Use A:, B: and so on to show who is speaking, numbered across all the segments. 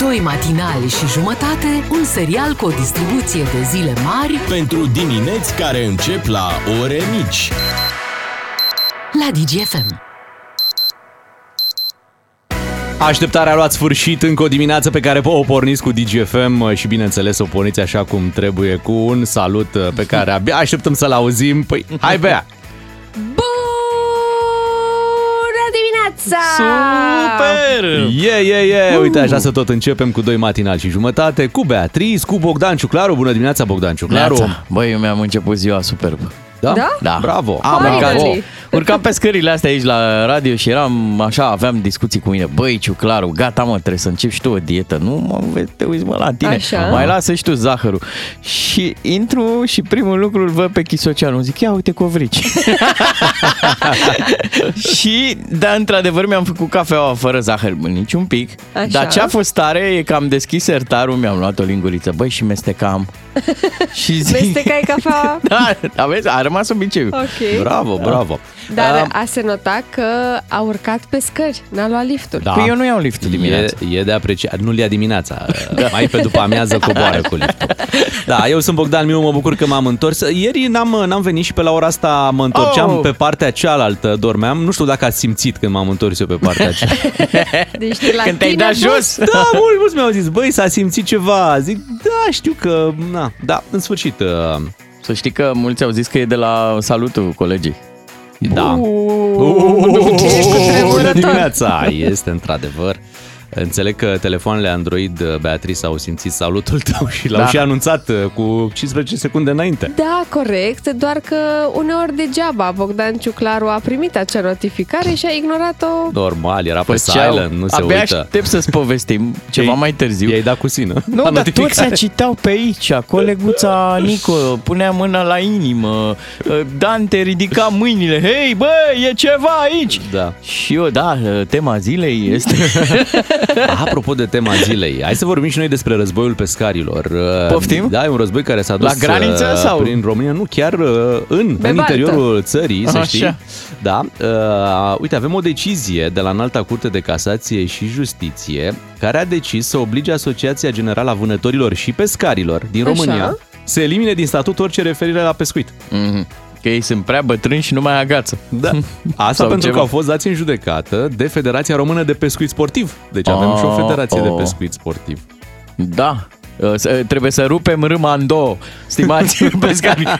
A: Doi matinali și jumătate, un serial cu o distribuție de zile mari
B: pentru dimineți care încep la ore mici.
A: la DGFM.
C: Așteptarea a luat sfârșit încă o dimineață pe care o porniți cu DGFM uh, și bineînțeles o porniți așa cum trebuie cu un salut uh, pe care abia așteptăm să-l auzim. Păi, hai Bea!
D: Bună dimineața!
C: Yeah, yeah, yeah! Uite, așa să tot începem cu doi matinali și jumătate, cu Beatriz, cu Bogdan Ciuclaru. Bună dimineața, Bogdan Ciuclaru!
E: Neața. Băi, eu mi-am început ziua superb.
C: Da?
D: Da?
E: Da.
C: Bravo!
E: Am
D: Finally.
E: urcat, urcam pe scările astea aici la radio și eram așa, aveam discuții cu mine. Băi, Ciuclaru, gata mă, trebuie să începi și tu o dietă. Nu mă vezi, te uiți mă la tine.
D: Așa.
E: Mai lasă și tu zahărul. Și intru și primul lucru îl văd pe Chisoceanu. Zic, ia uite covrici. și, da, într-adevăr mi-am făcut cafeaua fără zahăr, nici un pic.
D: Așa.
E: Dar ce a fost tare e că am deschis sertarul, mi-am luat o linguriță. Băi, și mestecam. și zic...
D: Mestecai cafea?
E: Da, aveți, a rămas obiceiul.
D: Ok.
C: Bravo, bravo!
D: Dar
C: Um,
D: a se nota că a urcat pe scări, n-a luat liftul.
C: Da.
E: Păi eu nu iau liftul dimineața.
C: E, e de apreciat. Nu-l ia dimineața. Mai pe după amiază coboară cu liftul. Da, eu sunt Bogdan Miu, mă bucur că m-am întors. Ieri n-am, n-am venit și pe la ora asta mă întorceam
E: Oh!
C: oh. pe partea cealaltă, dormeam. Nu știu dacă ați simțit când m-am întors eu pe partea cealaltă.
D: Deci de la
E: Când te-ai
D: tine,
E: dat
D: bă,
E: jos?
C: Da, mulți, mulți mi-au zis, băi, s-a simțit ceva. Zic, da, știu că, na, da, în sfârșit, uh,
E: Să știi că mulți au zis că e de la salutul colegii.
C: da.
D: Tremurător.
C: Bună dimineața! Este într-adevăr. Înțeleg că telefoanele Android, uh, Beatrice, au simțit salutul tău și l-au
E: Da.
C: și anunțat uh, cu 15 secunde înainte.
D: Da, corect, doar că uneori degeaba Bogdan Ciuclaru a primit acea notificare și a ignorat-o.
C: Normal, era pe
E: Făceau-
C: silent, nu se
E: Abia
C: uită.
E: aștept să-ți povestim ceva
C: Ei-
E: mai târziu.
C: I-ai dat cu sină.
E: Nu,
C: La
E: dar
C: notificare.
E: toți se citau pe aici. Coleguța Nico punea mâna la inimă. Dante ridica mâinile. Hei, bă, e ceva aici!
C: Da.
E: Și eu, da, tema zilei este...
C: Apropo de tema zilei, hai să vorbim și noi despre războiul pescarilor. Uh,
E: Poftim?
C: Da, e un război care s-a dus
E: La graniță
C: uh,
E: sau?
C: prin România, nu chiar uh, în,
D: Pe
C: în
D: baltă.
C: interiorul țării, să
E: Așa.
C: știi. Da. Uh, Uite, avem o decizie de la Înalta Curte de Casație și Justiție care a decis să oblige Asociația Generală a Vânătorilor și Pescarilor din
D: Așa.
C: România să elimine din statut orice referire la pescuit.
E: Mhm. Că ei sunt prea bătrâni și nu mai agață.
C: Da. Asta
E: Sau
C: pentru
E: ceva.
C: că au fost dați în judecată de Federația Română de Pescuit Sportiv. Deci avem și o
E: Ah,
C: federație de
E: oh.
C: pescuit sportiv.
E: Da. Uh, s- uh, Trebuie să rupem râma în două, stimați pescari.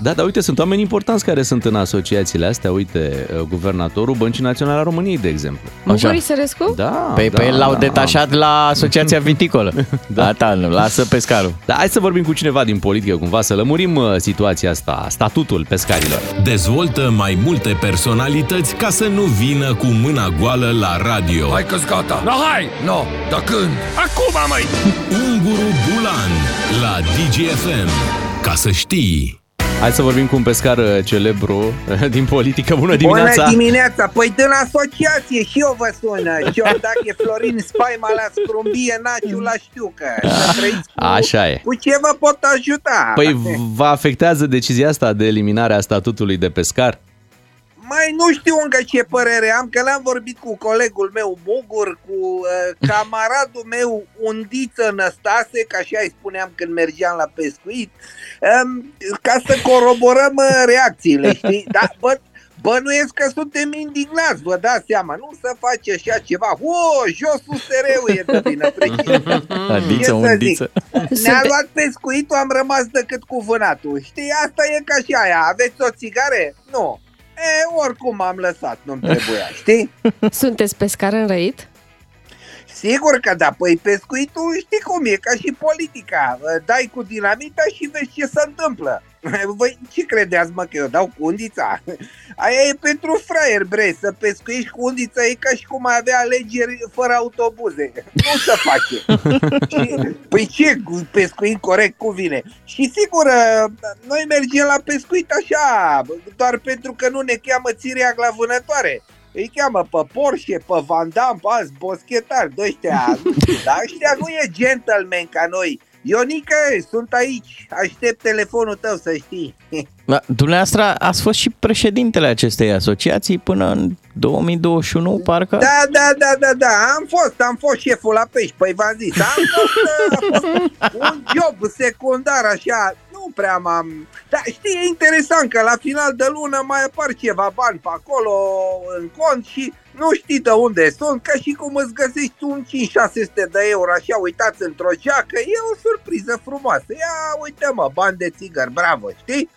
C: Da, dar uite, sunt oameni importanți care sunt în asociațiile astea. Uite, uh, guvernatorul Băncii Naționale a României, de exemplu.
D: Mugurii Sărescu?
C: Da,
E: Păi
C: da,
E: pe el l-au
C: da.
E: detașat la Asociația Viticolă. da. Gata, nu, lasă pescarul.
C: Dar Da, hai să vorbim cu cineva din politică, cumva, să lămurim uh, situația asta, statutul pescarilor.
B: Dezvoltă mai multe personalități ca să nu vină cu mâna goală la radio.
F: Hai că-s gata! No, hai! No, da când? Acum, mai.
B: Unguru Bulan la DGFM. Ca să știi...
C: Hai să vorbim cu un pescar uh, celebru uh, din politică. Bună dimineața!
G: Bună dimineața! Păi din asociație și eu vă sună. Și eu dacă e Florin Spaima la scrumbie, Naciu la știucă. Să trăiți cu,
C: Așa e.
G: cu ce vă pot ajuta?
C: Păi vă afectează decizia asta de eliminare a statutului de pescar?
G: Mai nu știu încă ce părere am, că l-am vorbit cu colegul meu Mugur, cu uh, camaradul meu Undiță Năstase, ca și ai spuneam când mergeam la pescuit, um, ca să coroborăm uh, reacțiile, știi? Dar bă, bănuiesc că suntem indignați, vă dați seama, nu să face așa ceva. O, josul sereu e de vină, precis. Ce
E: Adiță,
G: să
E: undiță.
G: Ne-a luat pescuitul, am rămas decât cu vânatul. Știi, asta e ca și aia. Aveți o țigare? Nu. E, oricum am lăsat, nu-mi trebuia, știi?
D: Sunteți pescar înrăit?
G: Sigur că da, păi pescuitul știi cum e, ca și politica. Dai cu dinamita și vezi ce se întâmplă. Voi ce credeți, mă, că eu dau cu undița? Aia e pentru fraier, bre, să pescuiești cu undița e ca și cum ai avea alegeri fără autobuze. Nu se face. Și- păi ce, cu- pescuit corect cuvine. Și sigur, ă, noi mergem la pescuit așa, doar pentru că nu ne cheamă țireac la vânătoare. Îi cheamă pe Porsche, pe Van Damme, pe alți boschetari, de ăștia. Dar ăștia nu e gentleman ca noi. Ionică, sunt aici, aștept telefonul tău să știi.
E: Da, dumneavoastră ați fost și președintele acestei asociații până în 2021, parcă?
G: Da, da, da, da, da, am fost, am fost șeful la pești, păi v-am zis, am fost, uh, a fost un job secundar așa, nu prea m-am... Dar știi, e interesant că la final de lună mai apar ceva bani pe acolo în cont și nu știi de unde sunt, ca și cum îți găsești un 5-600 de euro așa uitați într-o geacă, e o surpriză frumoasă. Ia uite mă, bani de țigări, bravo, știi?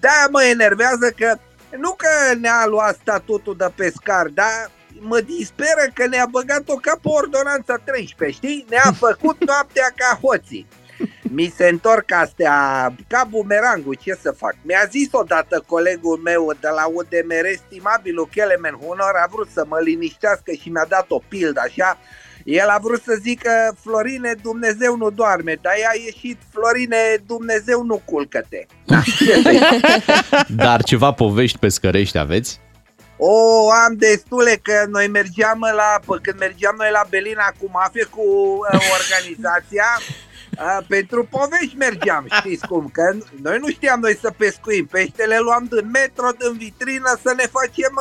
G: Da, mă enervează că nu că ne-a luat statutul de pescar, dar mă disperă că ne-a băgat-o ca pe ordonanța 13, știi? Ne-a făcut noaptea ca hoții. Mi se întorc astea ca bumerangul, ce să fac? Mi-a zis odată colegul meu de la UDMR, stimabilul Kelemen Hunor, a vrut să mă liniștească și mi-a dat o pildă așa. El a vrut să zică, Florine, Dumnezeu nu doarme, dar ea a ieșit, Florine, Dumnezeu nu culcă-te. Da, ce să-i
C: Dar ceva povești pescărești aveți?
G: O, am destule că noi mergeam la, pă, când mergeam noi la Belina cu mafie, cu uh, organizația, uh, pentru povești mergeam, știți cum, că n- noi nu știam noi să pescuim, peștele luam din metro, din vitrină, să ne facem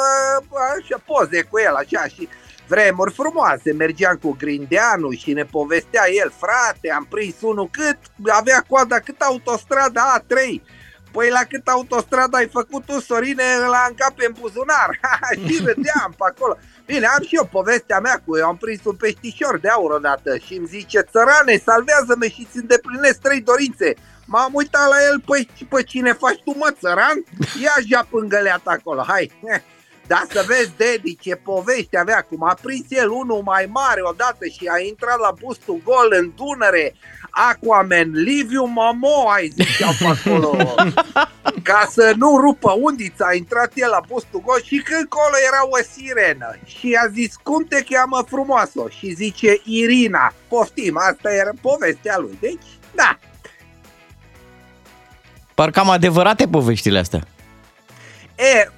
G: uh, așa, poze cu el, așa, și vremuri frumoase, mergeam cu Grindeanu și ne povestea el, frate, am prins unul cât, avea coada cât autostrada A3, Păi la cât autostradă ai făcut tu, Sorine, la încape în buzunar. și râdeam pe acolo. Bine, am și eu povestea mea cu eu am prins un peștișor de aur odată și îmi zice, țărane, salvează-mă și îți îndeplinesc trei dorințe. M-am uitat la el, păi și pe cine faci tu, mă, țăran? Ia ja pângăleat acolo, hai. Dar să vezi, Dedi, ce poveste avea, cum a prins el unul mai mare odată și a intrat la bustul gol în Dunăre, Aquaman, Liviu Momoai, ziceau pe acolo ca să nu rupă undița, a intrat el la postul gol și când colo era o sirenă și a zis, cum te cheamă frumoasă? Și zice, Irina, poftim, asta era povestea lui, deci, da.
E: Parcă am adevărate poveștile astea.
G: E,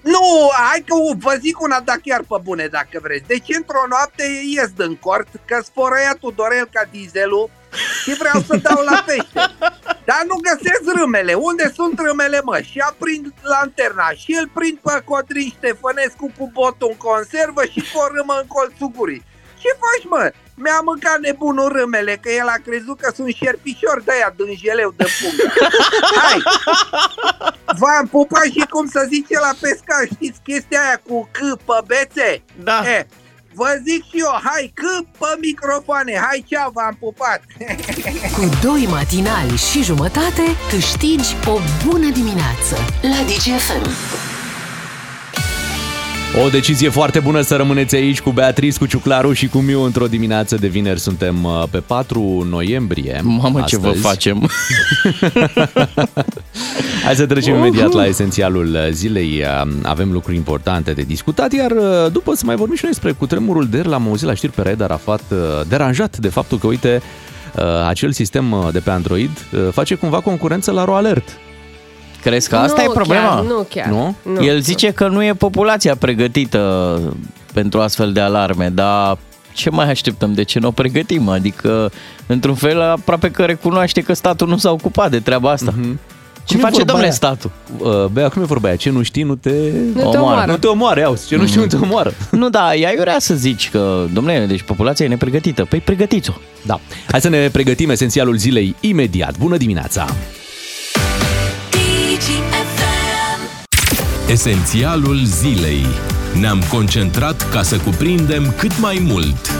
G: nu, hai că vă zic una, dar chiar pe bune, dacă vreți. Deci, într-o noapte ies din cort, că sforăiatul Dorel ca dizelul și vreau să dau la pește. Dar nu găsesc râmele. Unde sunt râmele, mă? Și aprind lanterna și îl prind pe Codrin Ștefănescu cu botul în conservă și cu o râmă în colțul gurii. Ce faci, mă? Mi-a mâncat nebunul râmele, că el a crezut că sunt șerpișori de aia din jeleu de pungă. Hai! V-am pupat și cum să zice la pescar, știți chestia aia cu C pe bețe?
E: Da.
G: E, vă zic și eu, hai cât pe microfoane, hai cea, v-am pupat!
A: Cu doi matinali și jumătate câștigi o bună dimineață la DGFM.
C: O decizie foarte bună să rămâneți aici cu Beatriz, cu Ciuclaru și cu Miu într-o dimineață de vineri. Suntem uh, pe 4 noiembrie.
E: Mamă, ce vă
C: astăzi.
E: facem!
C: Hai să trecem imediat la esențialul uh, zilei. Uh, Avem lucruri importante de discutat, iar uh, după să mai vorbim și noi despre cutremurul de ieri. L-am auzit la știri pe Raed Arafat uh, deranjat de faptul că, uite, uh, acel sistem uh, de pe Android uh, face cumva concurență la RoAlert.
E: Crezi că asta
D: nu
E: e problema?
D: Chiar, nu chiar.
C: Nu?
D: nu.
E: El zice că nu e populația pregătită pentru astfel de alarme, dar ce mai așteptăm? De ce nu o pregătim? Adică, într-un fel, aproape că recunoaște că statul nu s-a ocupat de treaba asta. Mm-hmm. Ce
C: Mhm. Cum
E: face,
C: e vorba
E: domnule,
C: aia?
E: statul?
C: Uh, Bea, cum e vorba aia? Ce nu știi, nu te...
D: Nu te omoară.
C: Nu te omoară, iau, ce nu știu, nu te omoară.
E: Nu, da, ea iurea să zici că, domnule, deci populația e nepregătită. Păi pregătiți-o.
C: Da. Hai să ne pregătim esențialul zilei imediat. Bună dimineața!
B: Esențialul zilei. Ne-am concentrat ca să cuprindem cât mai mult.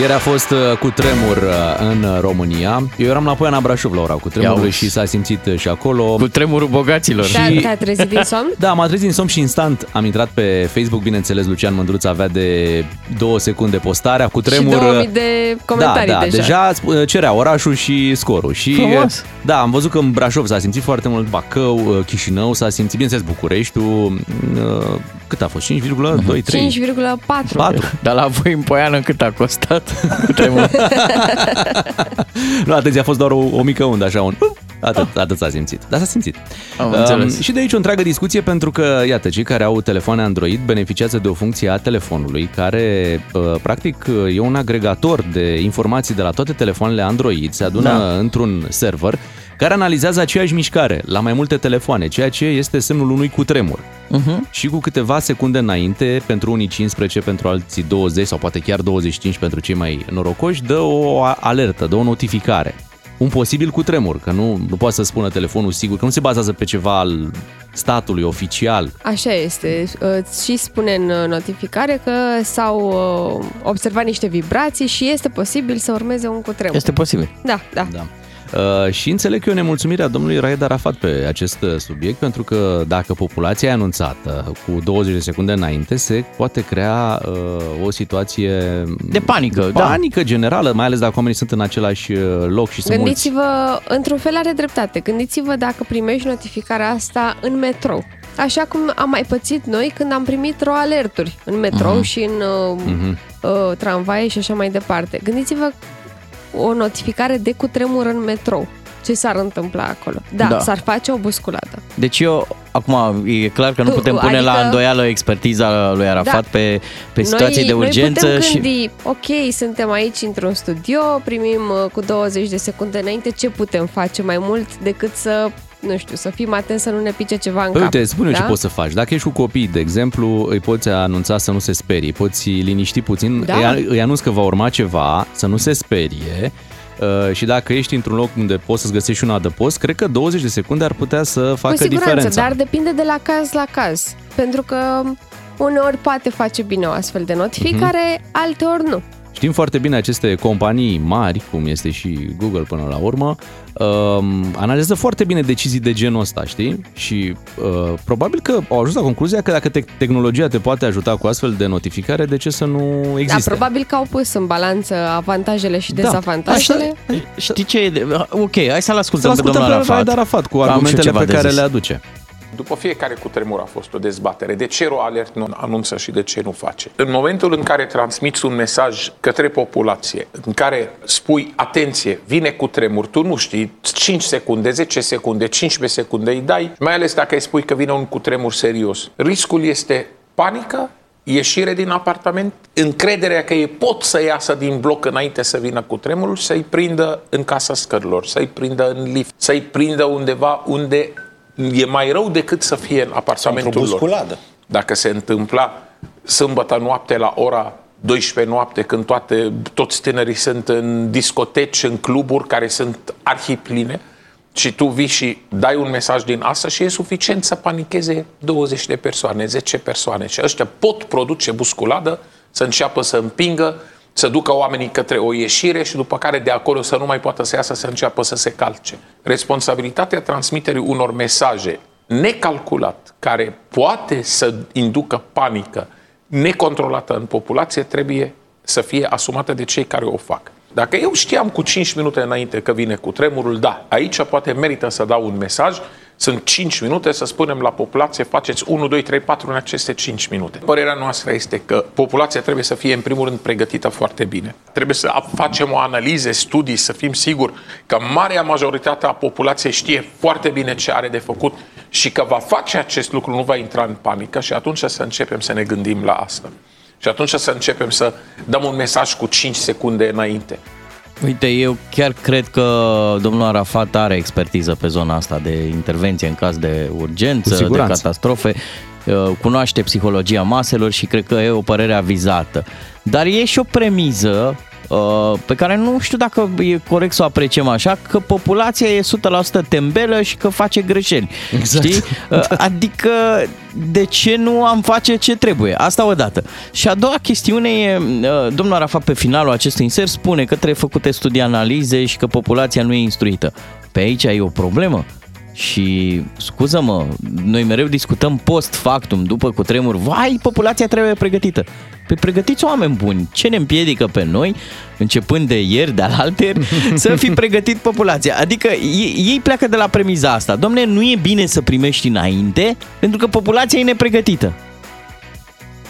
C: Ieri a fost uh, cu tremur uh, în uh, România. Eu eram la Poiana Brașov la ora cu tremurului
E: uite.
C: și s-a simțit uh, și acolo.
E: Cu tremurul bogaților.
D: Te-a,
C: Și-
D: te-a trezit din somn?
C: Da, m-a trezit în somn și instant am intrat pe Facebook, bineînțeles, Lucian Mândruț avea de două secunde postarea cu tremur. uh,
D: Și 2000 de comentarii
C: da, da,
D: deja.
C: deja sp- cerea orașul și scorul. Și
E: Frumos.
C: da, am văzut că în Brașov s-a simțit foarte mult Bacău, uh, Chișinău s-a simțit, bineînțeles, Bucureștiul. uh, Cât a fost? 5,23.
D: 5,4.
C: 4.
E: Dar la voi în Poiană cât a costat? Cu tremurul.
C: Nu, atenție, a fost doar o, o mică undă, așa, un... uh, Atât, atât s-a simțit. Dar s-a simțit.
E: Am înțeles.
C: și de aici o întreagă discuție pentru că, iată, cei care au telefoane Android beneficiază de o funcție a telefonului care, uh, practic, uh, e un agregator de informații de la toate telefoanele Android, se adună
E: Da.
C: într-un server care analizează aceeași mișcare la mai multe telefoane, ceea ce este semnul unui cutremur.
E: Uh-huh.
C: Și cu câteva secunde înainte, pentru unii 15, pentru alții 20 sau poate chiar 25 pentru cei mai norocoși, dă o a- alertă, dă o notificare. Un posibil cutremur, că nu, nu poate să spună telefonul sigur, că nu se bazează pe ceva al statului oficial.
D: Așa este. Îți și spune în uh, notificare că s-au uh, observat niște vibrații și este posibil să urmeze un cutremur.
E: Este posibil.
D: Da, da.
C: Da. Uh, și înțeleg eu nemulțumirea domnului Raed Arafat pe acest uh, subiect, pentru că dacă populația e anunțată cu 20 de secunde înainte, se poate crea uh, o situație uh,
E: De panică, da.
C: panică generală, mai ales dacă oamenii sunt în același uh, loc și sunt mulți.
D: Gândiți-vă, într-un fel are dreptate, gândiți-vă dacă primești notificarea asta în metrou. Așa cum am mai pățit noi când am primit roalerturi în metrou uh-huh. și în
C: Mhm.
D: uh, uh, tramvaie și așa mai departe. Gândiți-vă o notificare de cutremur în metrou. Ce s-ar întâmpla acolo? Da,
E: Da.
D: da. s-ar face o busculată.
E: Deci eu, acum, e clar că nu
D: Tu,
E: putem pune adică... la
D: adică-
E: îndoială expertiza lui Arafat da.
D: Da.
E: pe, pe situații
D: noi,
E: de urgență
D: noi putem
E: și...
D: gândi, și... ok, suntem aici într-un studio, primim uh, cu 20 de secunde înainte, ce putem face mai mult decât să, nu știu, să fim atenți să nu ne pice ceva în
C: Păi
D: cap.
C: uite, spune
D: da?
C: da? ce poți să faci. Dacă ești cu copii, de exemplu, îi poți anunța să nu se sperie, îi poți liniști puțin,
D: Da.
C: îi, îi anunți că va urma ceva, să nu se sperie. Uh, și dacă ești într-un loc unde poți să-ți găsești un adăpost, cred că 20 de secunde ar putea să facă
D: Cu siguranță,
C: diferența.
D: dar depinde de la caz la caz. Pentru că uneori poate face bine o astfel de
C: Mhm.
D: notificare, mm-hmm. alteori nu.
C: Știm foarte bine aceste companii mari, cum este și Google până la urmă, um, analizează foarte bine decizii de genul ăsta, știi? Și uh, probabil că au ajuns la concluzia că dacă te- tehnologia te poate ajuta cu astfel de notificare, de ce să nu existe?
D: Dar probabil că au pus în balanță avantajele și
C: Da.
D: dezavantajele.
C: Așa-
E: Știi ce e? de- Ok, hai să-l ascultăm,
C: Să-l
E: pe
C: ascultăm
E: domnul
C: pe
E: Arafat.
C: Raed Arafat cu
E: Am și eu
C: argumentele
E: ceva
C: pe
E: de
C: care
E: zis.
C: le aduce.
H: După fiecare cutremur a fost o dezbatere. De ce Roalert nu anunță și de ce nu face? În momentul în care transmiți un mesaj către populație, în care spui, atenție, vine cutremur, tu nu știi, 5 secunde, 10 secunde, 15 secunde îi dai, mai ales dacă îi spui că vine un cutremur serios. Riscul este panică, ieșire din apartament, încrederea că ei pot să iasă din bloc înainte să vină cu tremurul, să-i prindă în casa scărilor, să-i prindă în lift, să-i prindă undeva unde e mai rău decât să fie în apartamentul lor. Dacă se întâmpla sâmbătă noapte la ora 12 noapte, când toate, toți tinerii sunt în discoteci, în cluburi care sunt arhipline, și tu vii și dai un mesaj din asta și e suficient să panicheze 20 de persoane, 10 persoane. Și ăștia pot produce busculadă, să înceapă să împingă, să ducă oamenii către o ieșire și după care de acolo să nu mai poată să iasă, să înceapă să se calce. Responsabilitatea transmiterii unor mesaje necalculat, care poate să inducă panică necontrolată în populație, trebuie să fie asumată de cei care o fac. Dacă eu știam cu 5 minute înainte că vine cu tremurul, da, aici poate merită să dau un mesaj, sunt 5 minute să spunem la populație faceți 1, 2, 3, 4 în aceste 5 minute. Părerea noastră este că populația trebuie să fie în primul rând pregătită foarte bine. Trebuie să facem o analize, studii, să fim siguri că marea majoritate a populației știe foarte bine ce are de făcut și că va face acest lucru, nu va intra în panică și atunci să începem să ne gândim la asta. Și atunci să începem să dăm un mesaj cu 5 secunde înainte.
E: Uite, eu chiar cred că domnul Arafat are expertiză pe zona asta de intervenție în caz de
C: Cu
E: urgență, de
C: siguranță.
E: catastrofe, Uh, cunoaște psihologia maselor și cred că e o părere avizată. Dar e și o premiză uh, pe care nu știu dacă e corect să o apreciem așa, că populația e 100% tembelă și că face greșeli.
C: Exact.
E: Știi? Uh, Adică de ce nu am face ce trebuie? Asta o dată. Și a doua chestiune e, uh, domnul Arafat pe finalul acestui insert spune că trebuie făcute studii analize și că populația nu e instruită. Pe aici e o problemă. Și scuză-mă, noi mereu discutăm post factum, după cu tremur, vai, populația trebuie pregătită. Pe pregătiți oameni buni, ce ne împiedică pe noi, începând de ieri, de alter, să fi pregătit populația. Adică ei, ei pleacă de la premiza asta. Domne, nu e bine să primești înainte, pentru că populația e nepregătită.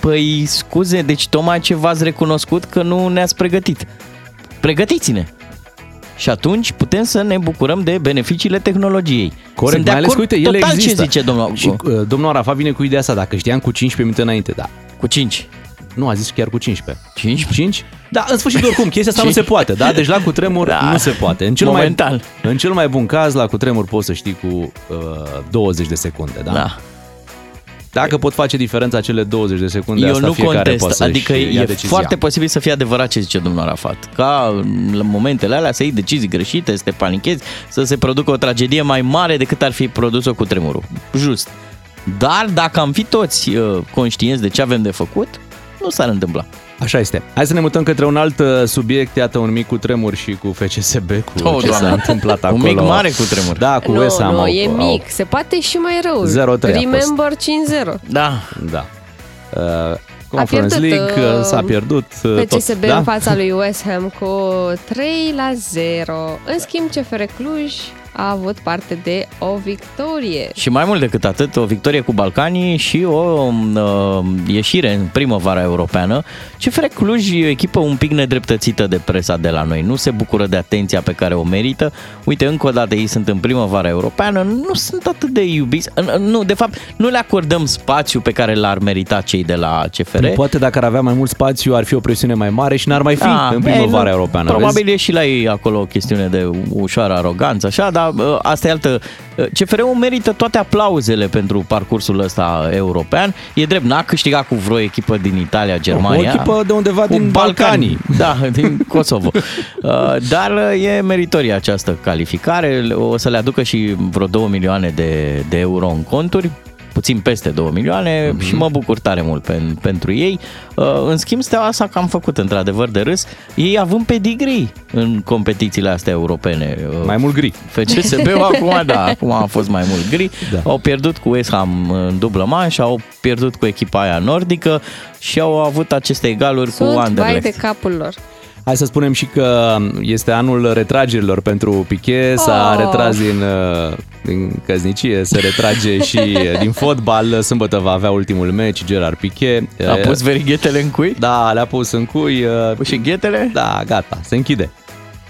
E: Păi, scuze, deci tocmai ce v-ați recunoscut că nu ne-ați pregătit. Pregătiți-ne! Și atunci putem să ne bucurăm de beneficiile tehnologiei.
C: Corect,
E: Sunt de
C: mai ales,
E: acord
C: uite, ele
E: total ce
C: există.
E: zice domnul.
C: Și uh, domnul Arafa vine cu ideea asta, dacă știam cu 15 minute înainte, da.
E: Cu 5.
C: Nu, a zis chiar cu 15.
E: 5?
C: 5? Da, în sfârșit, oricum, chestia asta nu se poate, da? Deci la cutremur
E: Da.
C: da. nu se poate. În cel,
E: Momentan.
C: Mai, în cel mai bun caz, la cutremur poți să știi cu uh, 20 de secunde, da?
E: Da.
C: Dacă pot face diferența cele 20 de secunde,
E: Eu
C: asta
E: nu
C: fiecare poate
E: contest,
C: să-și
E: adică
C: ia
E: e
C: decizia.
E: foarte posibil să fie adevărat ce zice domnul Arafat. Ca în momentele alea să iei decizii greșite, să te panichezi, să se producă o tragedie mai mare decât ar fi produs-o cu tremurul. Just. Dar dacă am fi toți uh, conștienți de ce avem de făcut, nu s-ar întâmpla.
C: Așa este. Hai să ne mutăm către un alt uh, subiect, iată un mic cu tremur și cu FCSB, cu
E: Oh,
C: ce
E: Doamne.
C: s-a întâmplat acolo.
E: Un mic mare cutremur.
C: Da, cu
D: nu,
C: ESA.
D: nu,
C: am-
D: e
C: au-
D: mic. Se poate și mai rău.
C: 0-3 a fost.
D: Remember 5-0.
E: Da.
C: Da. Uh, Conference
D: pierdut,
C: League uh,
D: uh,
C: s-a pierdut uh,
D: Pe
C: tot,
D: CSB
C: da?
D: în fața lui West Ham cu 3 la 0. În schimb, CFR Cluj a avut parte de o victorie.
E: Și mai mult decât atât, o victorie cu Balcanii și o uh, ieșire în primăvara europeană. CFR Cluj e o echipă un pic nedreptățită de presa de la noi. Nu se bucură de atenția pe care o merită. Uite, încă o dată ei sunt în primăvara europeană, nu sunt atât de iubiți. În- în- Nu, de fapt, nu le acordăm spațiu pe care l-ar merita cei de la CFR.
C: Păi, Poate dacă ar avea mai mult spațiu, ar fi o presiune mai mare și n-ar mai fi da, în primăvara
E: ei, nu,
C: europeană.
E: Ah, exact. Probabil
C: Vezi?
E: e și la ei acolo o chestiune de ușoară aroganță, așa, dar ă, asta e altă... ă, CFR-ul merită toate aplauzele pentru parcursul ăsta european. E drept, n-a câștigat cu vreo echipă din Italia, Germania.
C: O echipă de undeva
E: Cu
C: din Balcanii.
E: Da, din Kosovo. Ă, Dar ă, e meritorie această calificare. O să le aducă și vreo 2 milioane de, de euro în conturi puțin peste 2 milioane mm-hmm. și mă bucur tare mult pen, pentru ei. Uh, în schimb, steaua asta că am făcut într-adevăr de râs, ei având pedigrii în competițiile astea europene. Uh,
C: Mai mult gri.
E: FCSB-ul acum, da, acum a fost mai mult gri. Da. Au pierdut cu West Ham în dublă manșă, au pierdut cu echipa aia nordică și au avut aceste egaluri cu
D: Sunt vai
E: Anderlecht.
D: de capul lor.
C: Hai să spunem și că este anul retragerilor pentru Piquet, s-a
D: Oh.
C: retras din, uh, din căznicie, se retrage și uh, din fotbal. Sâmbătă va avea ultimul meci, Gerard Piquet.
E: A pus verighetele în cui?
C: Da, le-a pus în cui. uh,
E: Pus și ghetele?
C: Da, gata, se închide.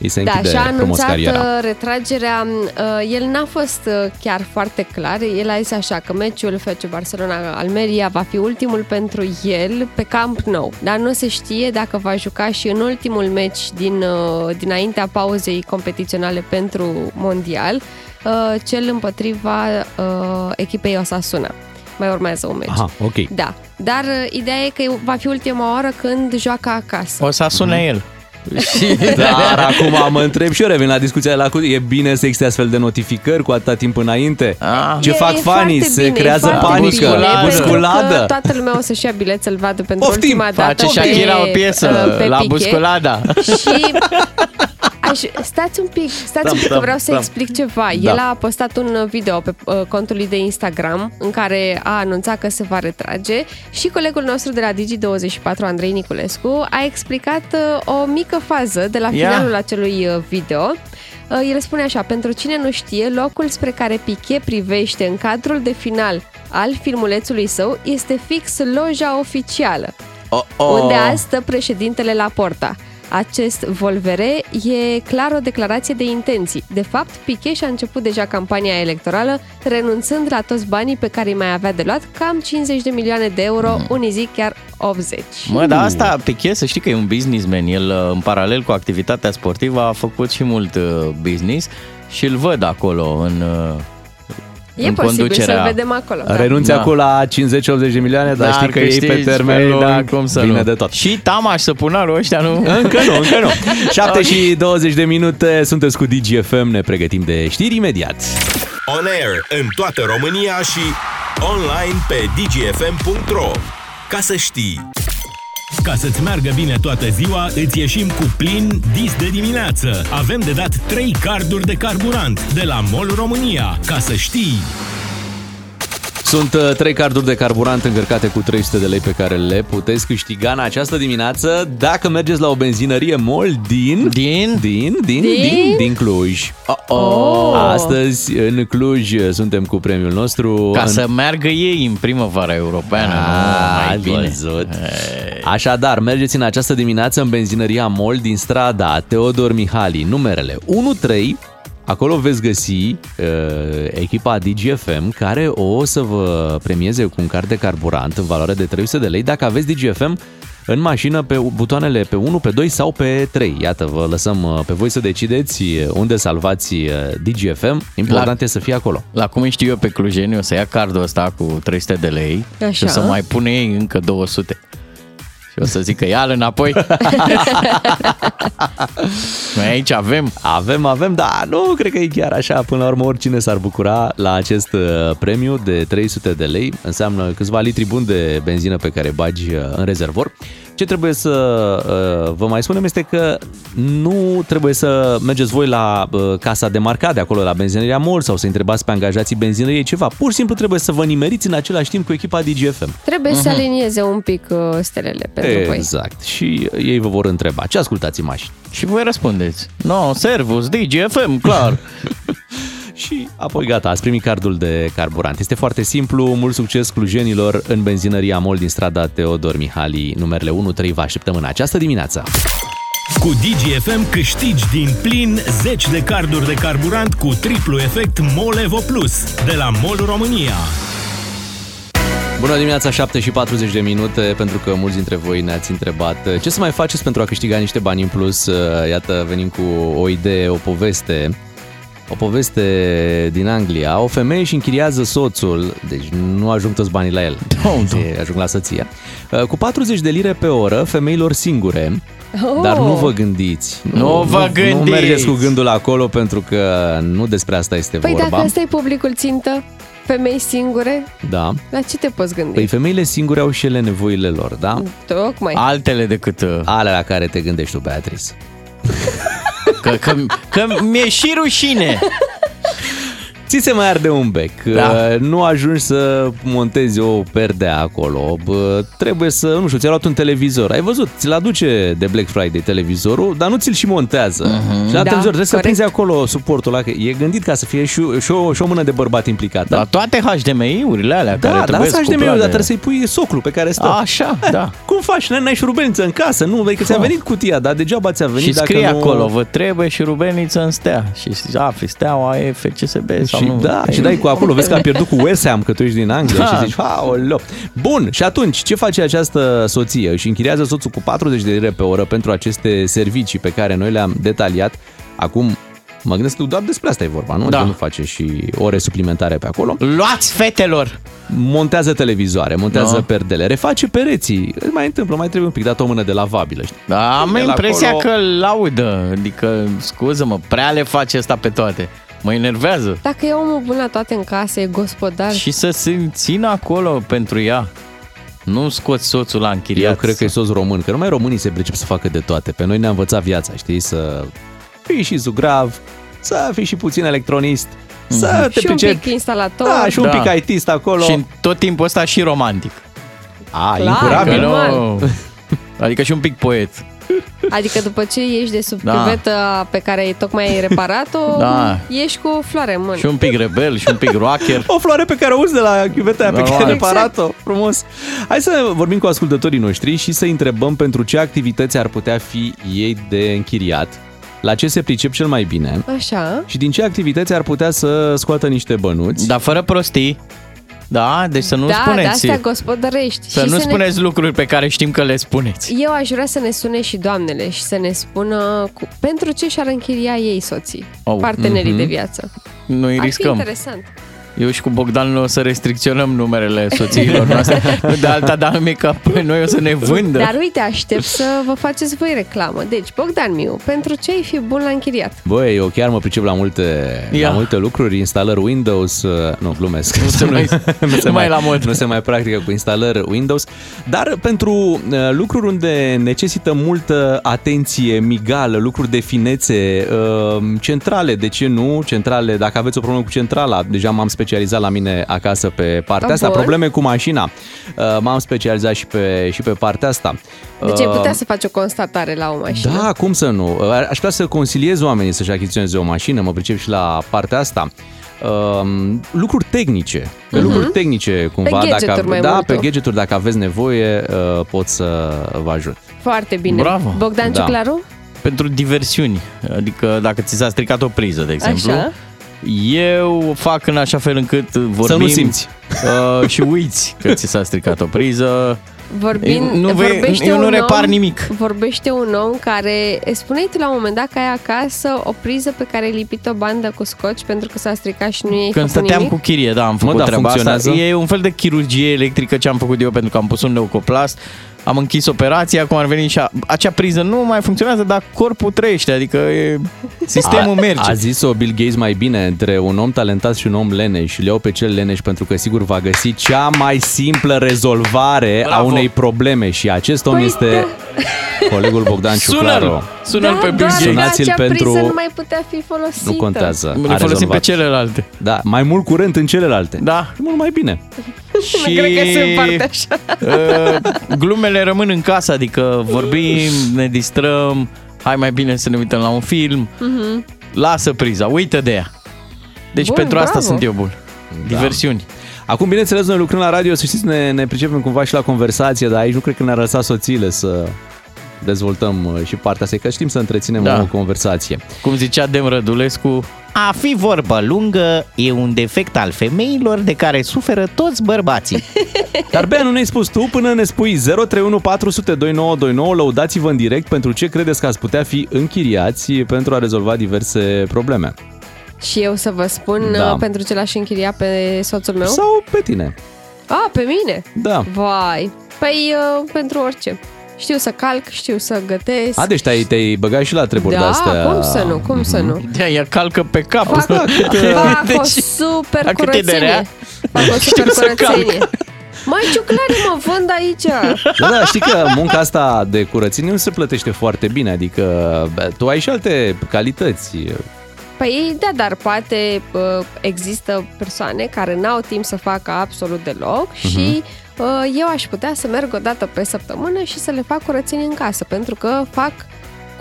C: Îi se
D: Da,
C: închide
D: și-a
C: frumos
D: anunțat
C: cariera.
D: uh, retragerea. Uh, El n-a fost uh, chiar foarte clar. El a zis așa că meciul FC Barcelona-Almeria va fi ultimul pentru el pe Camp Nou. Dar nu se știe dacă va juca și în ultimul meci din, uh, dinaintea pauzei competiționale pentru Mondial, uh, cel împotriva uh, echipei Osasuna. Mai urmează un meci.
C: Aha, ok.
D: Da, dar uh, ideea e că va fi ultima oară când joacă acasă.
E: O să sune el.
C: Dar acum mă întreb și eu, revin la discuția de la cu... E bine să existe astfel de notificări cu atâta timp înainte?
E: Ah.
C: Ce
D: E-
C: fac
D: e
C: fanii?
D: foarte
C: Se
D: bine, e
C: creează
D: foarte
C: panică,
D: bine,
E: Busculadă.
D: pentru că
C: busculadă.
D: Toată lumea o să-și ia bilet să-l vadă pentru
C: Poftim,
D: ultima dată.
E: Face
D: pe-
E: Shakira o piesă
D: uh, pe
E: la
D: Piqué.
E: Busculada.
D: Și Aș, stați un pic, stați da,
E: Da,
D: un pic
E: da,
D: că vreau să
E: da.
D: explic ceva.
C: Da.
D: El a postat un video pe uh, contul lui de Instagram în care a anunțat că se va retrage și colegul nostru de la Digi24, Andrei Niculescu, a explicat uh, o mică fază de la
E: Ia.
D: finalul acelui uh, video. Uh, El spune așa, pentru cine nu știe, locul spre care Piquet privește în cadrul de final al filmulețului său este fix loja oficială
E: Oh,
D: unde azi stă președintele la porta. Acest volvere e clar o declarație de intenții. De fapt, Piquet și-a început deja campania electorală renunțând la toți banii pe care îi mai avea de luat, cam 50 de milioane de euro,
C: Mm.
D: unii zic chiar 80.
E: Mă, dar asta, Piquet, să știi că e un businessman. El, uh, în paralel cu activitatea sportivă, a făcut și mult uh, business și îl văd acolo în... uh,
D: E
E: în
D: posibil
E: conducerea-
D: să-l vedem acolo. Da.
C: Renunți
E: Da.
C: acolo la 50-80 de milioane, dar, știi că ei
E: câștigi,
C: pe termen
E: păi,
C: lung
E: da, cum să
C: vine
E: nu.
C: de tot.
E: Și Tamaș Săpunarul ăștia nu...
C: Încă nu, încă nu. 7 și 20 de minute, sunteți cu DGFM, ne pregătim de știri imediat.
B: On Air în toată România și online pe dgfm.ro Ca să știi! Ca să-ți meargă bine toată ziua, îți ieșim cu plin dis de dimineață. Avem de dat 3 carduri de carburant de la MOL România. Ca să știi!
C: Sunt uh, trei carduri de carburant încărcate cu 300 de lei pe care le puteți câștiga în această dimineață dacă mergeți la o benzinărie MOL din... Din? Din, din, din,
D: Din?
C: din Cluj.
E: Oh.
C: Astăzi în Cluj uh, suntem cu premiul nostru.
E: Ca
C: în...
E: să meargă ei în primăvara europeană, nu,
C: Ah,
E: mai
C: ai
E: bine.
C: văzut. Așadar, mergeți în această dimineață în benzinăria MOL din strada Teodor Mihali, numerele 13. Acolo veți găsi uh, echipa DGFM care o să vă premieze cu un card de carburant în valoare de 300 de lei dacă aveți DGFM în mașină pe butoanele pe 1, pe 2 sau pe 3. Iată, vă lăsăm uh, pe voi să decideți unde salvați uh, DGFM. Important
E: La-
C: e să fie acolo.
E: La cum știu eu pe clujeni, o să ia cardul ăsta cu 300 de lei Așa. și
D: Așa.
E: o să mai pune ei încă 200. Și o să zică, ia-l înapoi. Noi aici avem.
C: Avem, avem, da, nu cred că e chiar așa. Până la urmă, oricine s-ar bucura la acest uh, premiu de 300 de lei, înseamnă câțiva litri buni de benzină pe care bagi uh, în rezervor. Ce trebuie să uh, vă mai spunem este că nu trebuie să mergeți voi la uh, casa de marcat de acolo, la benzinăria MOL sau să întrebați pe angajații benzinăriei ceva. Pur și simplu trebuie să vă nimeriți în același timp cu echipa DGFM.
D: Trebuie
C: Mhm.
D: să alinieze un pic uh, stelele pentru voi.
C: Exact. Și ei vă vor întreba ce ascultați în mașini.
E: Și voi răspundeți. No, servus, DGFM, clar.
C: Și apoi gata, ați primit cardul de carburant. Este foarte simplu, mult succes clujenilor în benzinăria MOL din strada Teodor Mihali, numerele 13 vă așteptăm în această dimineață.
B: Cu DGFM câștigi din plin 10 de carduri de carburant cu triplu efect Molevo Plus de la MOL România.
C: Bună dimineața, 7 și 40 de minute, pentru că mulți dintre voi ne-ați întrebat ce să mai faceți pentru a câștiga niște bani în plus. Iată, venim cu o idee, o poveste o poveste din Anglia. O femeie își închiriază soțul, deci nu ajung toți banii la el, Se ajung la soție, cu 40 de lire pe oră femeilor singure.
D: Oh.
C: Dar nu vă gândiți.
E: Nu vă
C: Nu
E: gândiți.
C: mergeți cu gândul acolo pentru că nu despre asta este
D: Păi
C: vorba.
D: dacă ăsta e publicul țintă, femei singure,
C: Da.
D: la ce te poți gândi?
C: Păi femeile singure au și ele nevoile lor, da?
D: Tocmai.
E: Altele decât... uh,
C: Alea la care te gândești tu, Beatrice.
E: Că, că, că mi-e și rușine.
C: Ți se mai arde un bec,
E: Da.
C: da. nu ajungi să montezi o perdea acolo, Bă, trebuie să, nu știu, ți-a luat un televizor, ai văzut, ți-l aduce de Black Friday televizorul, dar nu ți-l și montează.
E: Mhm.
C: Uh-huh. Și
D: Da,
C: la da, televizor trebuie să
D: corect.
C: prinzi acolo suportul ăla, că e gândit ca să fie și, și, o, și o mână de bărbat da? implicată.
E: Dar toate HDMI-urile alea
C: Da,
E: care
C: dar
E: trebuie
C: asta de meu, dar trebuie să-i pui soclu pe care stă.
E: Așa, da.
C: Cum faci? N-ai, n-ai șurubență în casă, nu? Vei că ți-a
E: Ha.
C: venit cutia, dar degeaba ți-a venit
E: Și
C: dacă
E: scrie
C: nu...
E: acolo, vă trebuie și rubeniță în stea. Și afi, steaua e FCSB sau
C: Și,
E: nu.
C: da, și dai cu acolo, vezi că a pierdut cu West Ham, că tu ești din Anglia
E: Da.
C: da. și zici, aoleo. Bun, și atunci, ce face această soție? Își închiriază soțul cu 40 de lire pe oră pentru aceste servicii pe care noi le-am detaliat. Acum, mă gândesc că doar despre asta e vorba, nu?
E: Da.
C: Adică nu face și ore suplimentare pe acolo.
E: Luați fetelor!
C: Montează televizoare, montează
E: Da.
C: da. perdele, reface pereții. Îți Mai întâmplă, mai trebuie un pic, dat o mână de lavabilă. știi?
E: Da, am
C: El
E: impresia
C: acolo-
E: că laudă. Adică, scuză-mă, prea le face asta pe toate. Mă enervează.
D: Dacă e omul bun la toate în casă, e gospodar,
E: Și să se țină acolo pentru ea. Nu scoți soțul la închiriat.
C: Eu cred că e sos român, că numai românii se pricep să facă de toate. Pe noi ne-a învățat viața, știi, să fii și zugrav, să fii și puțin electronist, să te
D: și un pic
C: pricepi.
D: instalator.
C: Da, și un
E: Mhm. Da.
C: pic itist acolo.
E: Și în tot timpul ăsta și romantic.
C: A,
D: Clar.
E: Că
C: incurabil.
D: Clar. normal.
E: nu- Adică și un pic poet.
D: Adică după ce ieși de sub
E: Da.
D: da. cuveta pe care ai tocmai ai reparat-o,
E: Da.
D: ieși cu o floare în mână.
E: Și un pic rebel, și un pic rocker.
C: O floare pe care o uzi de la chiuveta aia pe
E: Normal.
C: care ai reparat-o. Frumos. Hai să vorbim cu ascultătorii noștri și să întrebăm pentru ce activități ar putea fi ei de închiriat, la ce se pricep cel mai bine
D: Așa.
C: și din ce activități ar putea să scoată niște bănuți.
E: Dar fără prostii. Da, deci să nu
D: da,
E: spuneți.
D: de astea gospodărești.
E: Să
D: și
E: nu
D: să
E: spuneți lucruri pe care știm că le spuneți.
D: Ne... Eu aș vrea să ne sune și doamnele și să ne spună cu... pentru ce și-ar închiria ei soții,
E: Au,
D: oh, partenerii de viață.
E: Noi
D: Ar fi
E: riscăm.
D: interesant.
E: Eu și cu Bogdan noi o să restricționăm numerele soțiilor noastre. Nu de alta, dar mi ca pe noi o să ne vândă.
D: Dar uite, aștept să vă faceți voi reclamă. Deci, Bogdan Miu, pentru ce ai fi bun la închiriat?
C: Băi, eu chiar mă pricep la multe,
E: Ia.
C: la multe lucruri, instalări Windows, uh, nu, glumesc. Nu
E: se mai- nu mai la mod.
C: Nu se mai practică cu instalări Windows, dar pentru uh, lucruri unde necesită multă atenție migală, lucruri de finețe, uh, centrale, de ce nu? Centrale, dacă aveți o problemă cu centrala, deja m-am specializat la mine acasă pe partea
D: Ah,
C: asta.
D: bun.
C: Probleme cu mașina. Uh, M-am specializat și pe, și pe partea asta.
D: Deci ai
C: Uh,
D: putea să faci o constatare la o mașină.
C: da, cum să nu? Aș vrea să consiliez oamenii să-și achiziționeze o mașină, mă pricep și la partea asta. Um, lucruri tehnice, pe lucruri tehnice cumva, dacă,
D: gadgeturi Mhm. mai
C: da,
D: mult
C: pe
D: tu.
C: gadgeturi, dacă aveți nevoie, uh, pot să vă ajut.
D: Foarte bine.
E: Bravo.
D: Bogdan
C: Da.
D: Ciuclaru?
E: Pentru diversiuni, adică dacă ți s-a stricat o priză, de exemplu,
D: Așa.
E: eu fac în așa fel încât vorbim
C: nu simți.
E: Uh, și uiți că ți s-a stricat o priză.
D: Vorbim,
E: Eu nu ve-
D: vorbește
E: eu nu
D: un
E: repar
D: om,
E: nimic.
D: Vorbește un om care... Spuneai tu la un moment dat că ai acasă o priză pe care ai lipit o bandă cu scoci pentru că s-a stricat și nu i-ai
E: Când
D: făcut
E: stăteam
D: nimic.
E: cu chirie, da, am făcut
C: da,
E: treaba asta.
C: funcționează?
E: E un fel de chirurgie electrică ce am făcut eu pentru că am pus un leucoplast, am închis operația, acum ar veni și a, acea priză nu mai funcționează, dar corpul trăiește, adică e, sistemul
C: a,
E: merge.
C: A zis-o Bill Gates mai bine între un om talentat și un om leneș. Le iau pe cel leneș pentru că sigur va găsi cea mai simplă rezolvare a
E: Bravo.
C: unei probleme și acest om
D: Păi
C: este colegul Bogdan Ciuclaru.
E: Sună-l! Sună-l
D: da,
E: pe
D: doar
E: Bill
D: că
E: Gates.
C: Sunați-l
D: acea
C: pentru-
D: priză nu mai putea fi folosită.
C: Nu contează.
E: Ne
C: a
E: folosim pe
C: rezolvat.
E: celelalte.
C: Da, mai mult curent în celelalte.
E: Da.
C: E mult mai bine.
E: Și
D: Cred că se împarte așa.
E: uh, glumele rămân în casă, adică vorbim, ne distrăm, hai mai bine să ne uităm la un film, lasă priza, uită de ea. Deci
D: Mhm. Bun,
E: pentru asta
D: bravo.
E: sunt eu bun.
C: Da.
E: Diversiuni.
C: Acum, bineînțeles, noi lucrând la radio, să știți, ne, ne pricepem cumva și la conversație, dar aici nu cred că ne-ar lăsa soțiile să dezvoltăm uh, și partea asta, că știm să întreținem
E: Da.
C: o conversație.
E: Cum zicea Dem Rădulescu,
I: A fi vorbă lungă e un defect al femeilor de care suferă toți bărbații.
C: Dar Bea, nu ne-ai spus tu până ne spui 031402929, lăudați-vă în direct pentru ce credeți că ați putea fi închiriați pentru a rezolva diverse probleme.
D: Și eu să vă spun
C: Da.
D: da. pentru ce l-aș închiria pe soțul meu? Sau...
C: Sau pe tine.
D: A, pe mine?
C: Da.
D: Vai. Păi, uh, pentru orice. Știu să calc, știu să gătesc.
C: A, deci te-ai, te-ai băgat și la treburi
D: da,
C: de-astea.
D: cum să nu, cum
C: Mhm.
D: să nu.
E: de aia calcă pe cap.
D: Fac,
C: da,
D: fac o
C: deci-
D: super
E: a, cât e de
D: curățenie.
E: rea?
D: Fac o super
E: Știu să calc.
D: curățenie. Mai ciuclare mă vând aici.
C: Da, da, știi că munca asta de curățenie nu se plătește foarte bine, adică bă, tu ai și alte calități.
D: Păi da, dar poate uh, există persoane care n-au timp să facă absolut deloc
C: Mhm.
D: și uh, eu aș putea să merg o dată pe săptămână și să le fac curățenie în casă, pentru că fac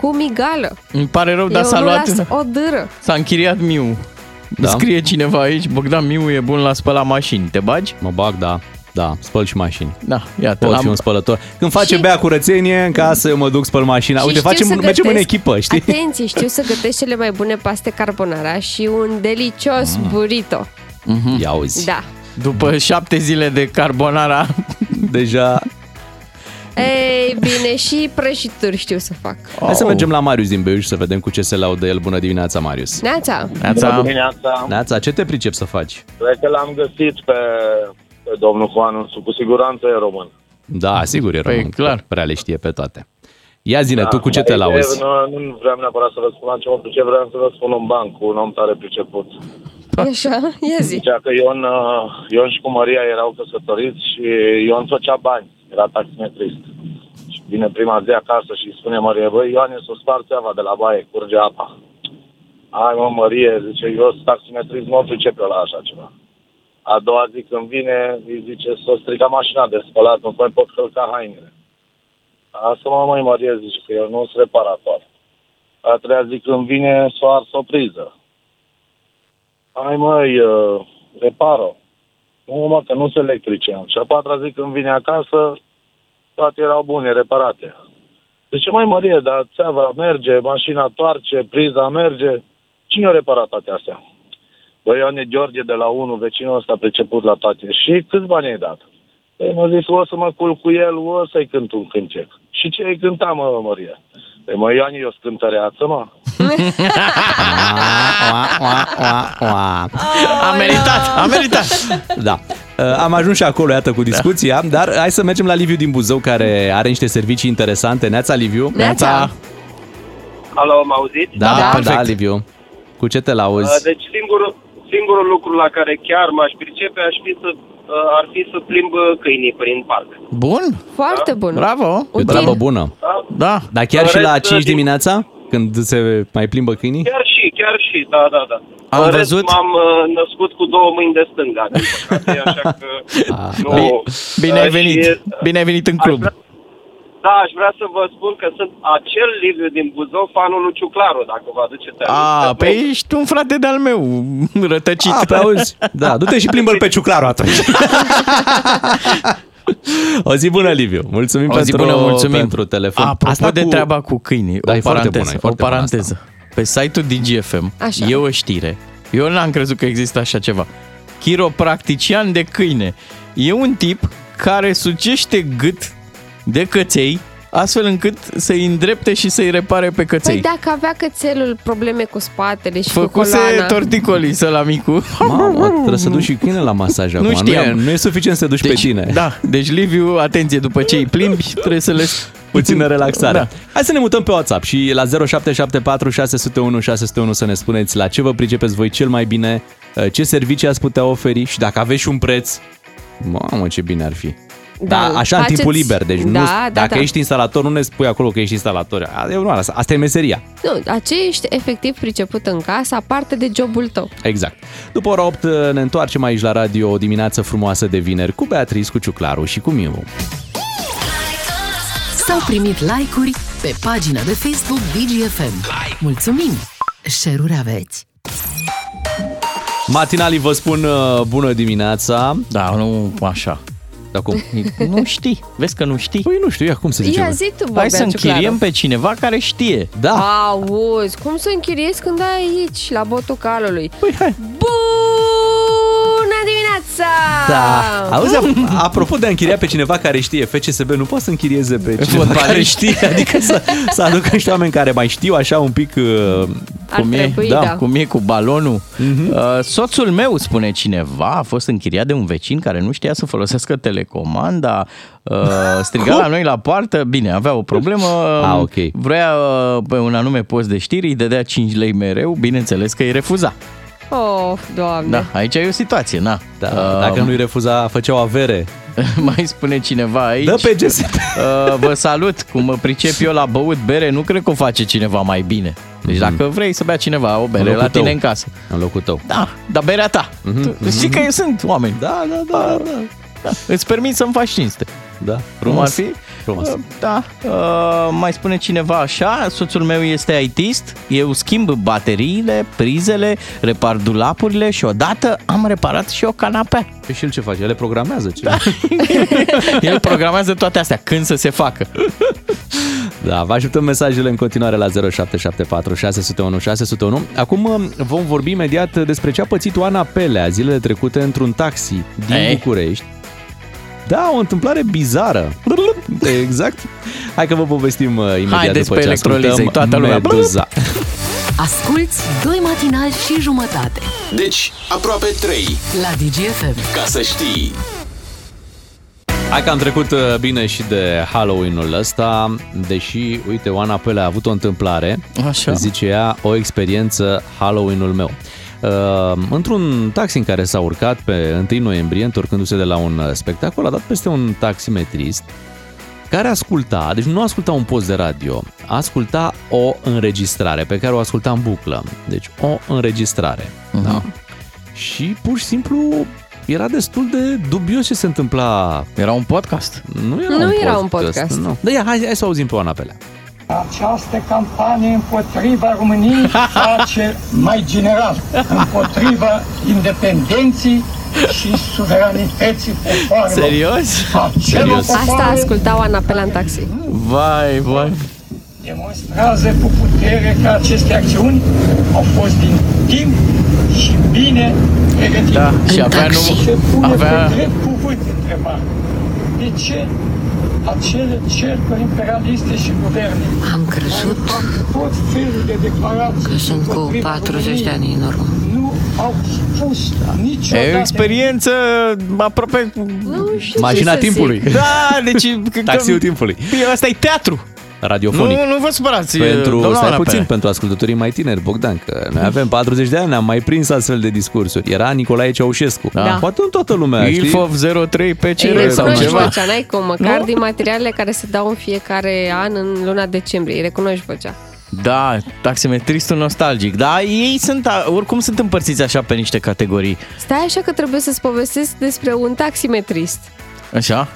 D: cu migală.
E: Îmi pare rău, dar
D: eu
E: s-a
D: nu
E: luat,
D: las o dâră.
E: s-a închiriat Miu.
C: Da.
E: Da. Scrie cineva aici, Bogdan Miu e bun la spăla mașini, te bagi?
C: Mă bag, da, da, spăl și mașini.
E: Da, iată,
C: Pot fi un
E: am,
C: spălător. Când face
D: Și-
C: bea curățenie în casă, eu mă duc spăl mașina.
D: Și
C: Da, Uite,
D: știu
C: facem,
D: să
C: mergem în
D: gătesc-
C: echipă, știi?
D: Atenție, știu să gătesc cele mai bune paste carbonara și un delicios
C: Ah.
D: burrito.
C: Ia uzi.
D: Da.
E: după șapte zile de carbonara,
C: Deja...
D: Ei, bine, și prăjituri știu să fac.
C: Hai să mergem la Marius din Beiuș să vedem cu ce se laudă el. Bună dimineața, Marius.
D: Neața,
E: Neața,
J: dimineața.
C: Neața, ce te pricep să faci?
J: Cred că l-am găsit pe, pe domnul Juan, cu siguranță e român.
C: Da, sigur, e
E: Păi,
C: român,
E: clar.
C: că Prea le știe pe toate. Ia zine, tu cu ce
J: Da,
C: te
J: e-
C: lauzi?
J: Nu, nu vreau neapărat să vă spun altceva, ce vreau să vă spun un banc cu un om tare priceput.
D: așa, ia zi.
J: Zicea că Ion, uh, Ion și cu Maria erau căsătoriți și Ion făcea bani, era taximetrist. Și vine prima zi acasă și îi spune Maria, băi, Ioane, s-o spart țeava de la baie, curge apa. Hai mă, Mărie, zice, eu sunt taximetrist, nu pricep eu la așa ceva. A doua zi când vine, îi zice, s-o strica mașina de spălat, nu mai pot călca hainele. Asta mă, măi, Mărie, zice, că eu nu sunt reparator. A treia zi când vine, s-o ars o priză. Hai măi, uh, reparo. Nu, mă, că nu sunt electrice. am. Și a patra zi când vine acasă, toate erau bune, reparate. Zice, mai Mărie, dar țeava merge, mașina toarce, priza merge. Cine a reparat toate astea? Băi, Ioane George de la 1, vecinul ăsta a priceput la toate. Și câți bani ai dat? Păi mi-a zis, o să mă culc cu el, o să-i cânt un cântec. Și ce îi cânta, mă, Mărie? Păi, mă, Ioane, eu sunt cântăreață, mă.
C: Ah.
E: a meritat, a meritat.
C: Da. Uh, Am ajuns și acolo, iată, cu
E: Da.
C: discuția, dar hai să mergem la Liviu din Buzău, care are niște servicii interesante. Neața, Liviu?
D: Neața.
J: Alo, mă auziți?
C: Da,
D: Da,
C: da, da
E: perfect.
C: Liviu. Cu ce te lauzi?
J: Uh, Deci singurul, singurul lucru la care chiar m-aș pricepe aș fi să, uh, ar fi să plimb uh, câinii prin parc.
E: Bun,
D: Foarte bun.
E: bravo,
C: E o
D: Util.
C: treabă bună.
E: da.
C: Dar chiar
J: În
C: și la
J: rest,
C: 5
J: din-
C: dimineața, când se mai plimbă câinii?
J: Chiar și, chiar și, da, da, da.
E: Am
J: În rest,
E: văzut.
J: M-am uh, născut cu două mâini de stânga, din păcate, așa că nu...
E: Ah, Bine ai
J: Uh,
E: venit.
J: și,
E: Bine ai venit în club.
J: Da, aș vrea să vă spun că sunt acel Liviu din Buzău, fanul lui Ciuclaru, dacă vă aduceți aminte.
E: A, pe ești un frate de-al meu, rătăcit.
C: A, pe auzi? Da, du-te și plimbă-l pe ciuclaru atunci. o zi bună, Liviu. Mulțumim,
E: O zi
C: pentru,
E: bună, mulțumim.
C: pentru telefon.
E: Apropo Asta de treaba cu câinii,
C: Da,
E: o
C: e foarte
E: paranteză,
C: bună, e
E: o
C: foarte bună
E: paranteză. Pe site-ul DGFM
D: Așa.
E: e o știre. Eu n-am crezut că există așa ceva. Chiropractician de câine. E un tip care sucește gât de căței astfel încât să-i îndrepte și să-i repare pe căței.
D: Păi dacă avea cățelul probleme cu spatele și
E: Făcuse
D: cu coloana...
E: torticolii să la micu.
C: Mamă, trebuie să duci și câine la masaj acum.
E: știam.
C: Nu e, nu e suficient să duci pe tine.
E: Da, deci Liviu, atenție, după ce îi plimbi, trebuie să le...
C: Puțină relaxare.
E: Da.
C: Da. Hai să ne mutăm pe WhatsApp și la 0774 601 601 să ne spuneți la ce vă pricepeți voi cel mai bine, uh, ce servicii ați putea oferi și dacă aveți și un preț. Mamă, ce bine ar fi.
D: Da,
C: Da,
D: faceți-
C: așa în timpul liber, deci nu,
D: Da, da,
C: dacă
D: da.
C: ești instalator, nu ne spui acolo că ești instalator. A, Eu nu, asta, asta e meseria.
D: Nu, aceea ești efectiv priceput în casă, aparte de jobul tău.
C: Exact. După ora 8 ne întoarcem aici la radio o dimineață frumoasă de vineri cu Beatrice, cu Ciuclaru și cu Miu.
A: S-au primit like-uri pe pagina de Facebook DGFM. Mulțumim! Share-uri aveți!
C: Matinalii vă spun uh, bună dimineața.
E: Da, nu așa.
C: Dar cum?
E: Nu știi. Vezi că nu știi?
C: Păi nu știu, ia cum să zicem.
D: Ia zi tu, bă,
E: Hai să
D: Bea
E: închiriem
D: Ciuclaru.
E: pe cineva care știe.
C: Da.
D: Auzi, cum să închiriezi când ai aici, la botul calului?
C: Păi hai.
D: Bună dimineața!
C: Da. Auzi, ap- apropo de a închiria pe cineva care știe, FCSB nu poate să închirieze pe cineva care
E: Fotbaliști.
C: știe, adică să, să aducă niște oameni care mai știu așa un pic... Uh,
D: Ar
E: cum e,
D: trebui,
E: da,
D: da.
E: cum e cu balonul.
C: Mhm.
E: Uh, soțul meu, spune cineva, a fost închiriat de un vecin care nu știa să folosească telecomanda, uh, striga la noi la poartă, bine, avea o problemă,
C: Ah,
E: um,
C: ok.
E: vrea uh, pe un anume post de știri, îi dădea 5 lei mereu, bineînțeles că îi refuza.
D: Of, doamne.
E: Da, aici e o situație, na.
C: da,
E: Uh,
C: dacă nu-i refuza, făceau avere.
E: Mai spune cineva aici.
C: Dă pe GSP.
E: Uh, vă salut, cum mă pricep eu la băut bere, nu cred că o face cineva mai bine. Deci dacă vrei să bea cineva o bere
C: Mhm. locul
E: la tine
C: tău.
E: în casă.
C: În locul tău.
E: Da, dar berea ta. Tu, știi că eu sunt oameni.
C: Da, da, da, da.
E: Da. Îți permit să-mi faci cinste.
C: da.
E: Cum ar fi?
C: Frumos.
E: Uh, Da. Uh, mai spune cineva așa, soțul meu este ITist, eu schimb bateriile, prizele, repar dulapurile și odată am reparat și o canapea.
C: Păi și el ce face? El le programează? Ce? Da.
E: El programează toate astea când să se facă.
C: Da, vă așteptăm mesajele în continuare la 0774 601 601. Acum um, vom vorbi imediat despre ce a pățit Oana Pelea zilele trecute într-un taxi din
E: Ei.
C: București. Da, o întâmplare bizară. Exact. Hai că vă povestim uh, imediat
E: Haideți
C: după
E: pe
C: ce
E: electrolizei,
C: ascultăm
E: toată lumea.
C: Meduza.
A: Asculți doi matinali și jumătate
B: Deci, aproape 3,
A: la DGFM.
B: ca să știi.
C: Hai că am trecut uh, bine și de Halloween-ul ăsta, deși, uite, Oana Pelea a avut o întâmplare.
E: Așa.
C: Zice ea, o experiență Halloween-ul meu. Uh, într-un taxi în care s-a urcat pe 1 noiembrie, întorcându-se de la un uh, spectacol, a dat peste un taximetrist care asculta, deci nu asculta un post de radio, asculta o înregistrare pe care o asculta în buclă. Deci o înregistrare. Da? Și pur și simplu era destul de dubios ce se întâmpla.
E: Era un podcast.
C: Nu era,
D: Nu
C: un,
D: era
C: podcast,
D: un podcast.
C: Nu. Dar ia, hai, hai să auzim pe Oana Pelea.
K: Această campanie împotriva României face mai general împotriva independenții și suveranității popoarelor.
E: Serios?
K: Acelor
C: Serios.
K: popoare
D: Asta asculta Oana pe la în taxi.
E: Vai, vai.
K: demonstrează cu putere că aceste acțiuni au fost din timp și bine pregătite.
E: Da, și
A: În
E: avea
A: taxi.
K: Se
E: nu
K: pune
E: avea
K: pe drept cuvânt întrebare. De ce acele cercuri imperialiste și guverne
L: Am crezut
K: tot felul de declarații
L: că sunt cu
K: împotriva
L: 40
K: României
L: de ani în urmă.
K: nu au spus niciodată.
E: E o experiență aproape...
D: Nu știu
C: Mașina
D: ce să
C: timpului.
E: Da, deci... că-
C: Taxiul
E: că-
C: timpului.
E: Asta e teatru.
C: Radiofonic.
E: Nu, nu vă supărați.
C: Pentru,
E: doamna
C: Păi,
E: Păi,
C: stai
E: Ana
C: puțin,
E: Pelea.
C: pentru ascultătorii mai tineri, Bogdan, că noi avem 40 de ani, am mai prins astfel de discursuri. Era Nicolae Ceaușescu.
E: Da.
C: Poate în toată lumea, știi?
E: Ilfov 03
D: Ei,
E: PCR
D: recunoști,
E: sau ceva.
D: vocea, n-ai cum, măcar din materialele care se dau în fiecare an în luna decembrie, îi recunoști vocea.
E: Da, taximetristul nostalgic. Da, ei sunt, a- oricum sunt împărțiți așa pe niște categorii.
D: Stai așa că trebuie să-ți povestesc despre un taximetrist
E: Așa?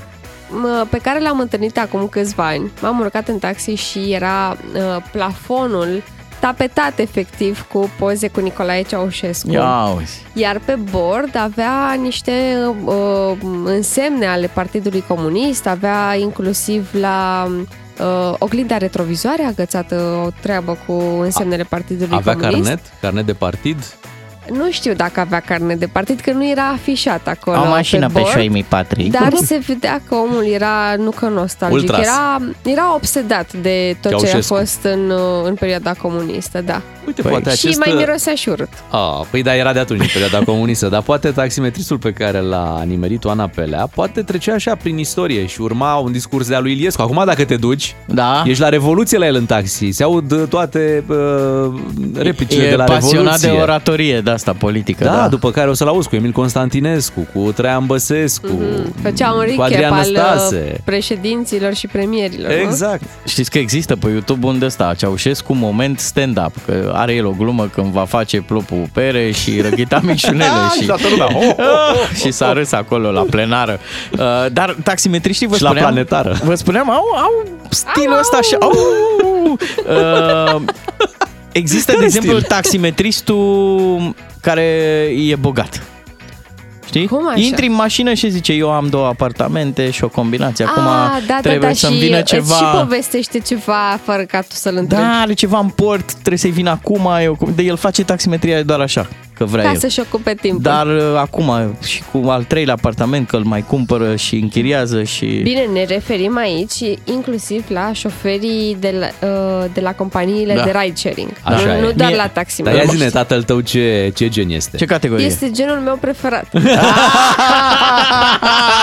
D: mă, pe care l-am întâlnit acum câțiva ani. M-am urcat în taxi și era uh, plafonul tapetat efectiv cu poze cu Nicolae Ceaușescu.
E: Ia uzi.
D: Iar pe bord avea niște uh, însemne ale Partidului Comunist, avea inclusiv la uh, oglinda retrovizoare agățată o treabă cu însemnele Partidului
C: Avea
D: Comunist.
C: carnet, carnet de partid.
D: Nu știu dacă avea carnet de partid, că nu era afișat acolo
I: Am mașină pe
D: bord,
I: șoimii patrii.
D: Dar se vedea că omul era, nu că nostalgic,
I: Ultras.
D: era, era obsedat de tot ce
C: Ceaușescu.
D: a fost în, uh, în perioada comunistă, da.
C: Uite, Păi, poate
D: și
C: acest,
D: mai
C: uh,
D: mirosea și urât.
C: Ah, păi da, era de atunci, în perioada comunistă, dar poate taximetristul pe care l-a nimerit Oana Pelea, poate trecea așa prin istorie și urma un discurs de-a lui Iliescu. Acum dacă te duci,
E: da.
C: ești la Revoluție la el în taxi, se aud toate uh, replicile
E: e
C: de la
E: pasionat
C: Revoluție.
E: de oratorie de asta politică.
C: da,
E: Da,
C: după care o să-l auzi cu Emil Constantinescu, cu Traian Băsescu, mm-hmm.
D: Mhm. Făcea Mm. un recap
C: Adrian
D: al
C: Năstase. Exact.
D: uh, președinților și premierilor,
E: Știți că există pe YouTube unde ăsta, Ceaușescu moment stand-up, că are el o glumă când va face plopul pere și răghita mișunele
C: Ah, și
E: și,
C: toată lumea, oh, oh, oh.
E: și s-a râs acolo la plenară. Uh, Dar taximetriștii vă
C: Și la
E: spuneam,
C: planetară.
E: vă spuneam, au, au stilul ăsta așa, au, Uh, Există, de
I: Care
E: exemplu,
I: stil?
E: taximetristul care e bogat. Știi? Cum
D: așa?
E: Intri în mașină și zice, eu am două apartamente și o combinație. Acum
D: Ah, da,
E: trebuie
D: da, da,
E: să-mi
D: și
E: vină
D: îți
E: ceva...
D: și povestește ceva fără ca tu să-l întrebi.
E: Da, are ceva în port, trebuie să-i vină acum, eu, de el face taximetria doar așa, că vrea
D: ca
E: el.
D: să-și ocupe timpul.
C: Da,
E: Dar uh, acum și cu al treilea apartament că îl mai cumpără și închiriază și...
D: Bine, ne referim aici inclusiv la șoferii de la, uh, de la companiile
C: Da.
D: de ride-sharing.
C: Așa
D: nu,
C: e.
D: nu doar
C: Mie-
D: la
C: Dar ia zine
D: taximetri.
C: tatăl tău ce, ce gen este. Ce
E: categorie?
D: Este genul meu preferat.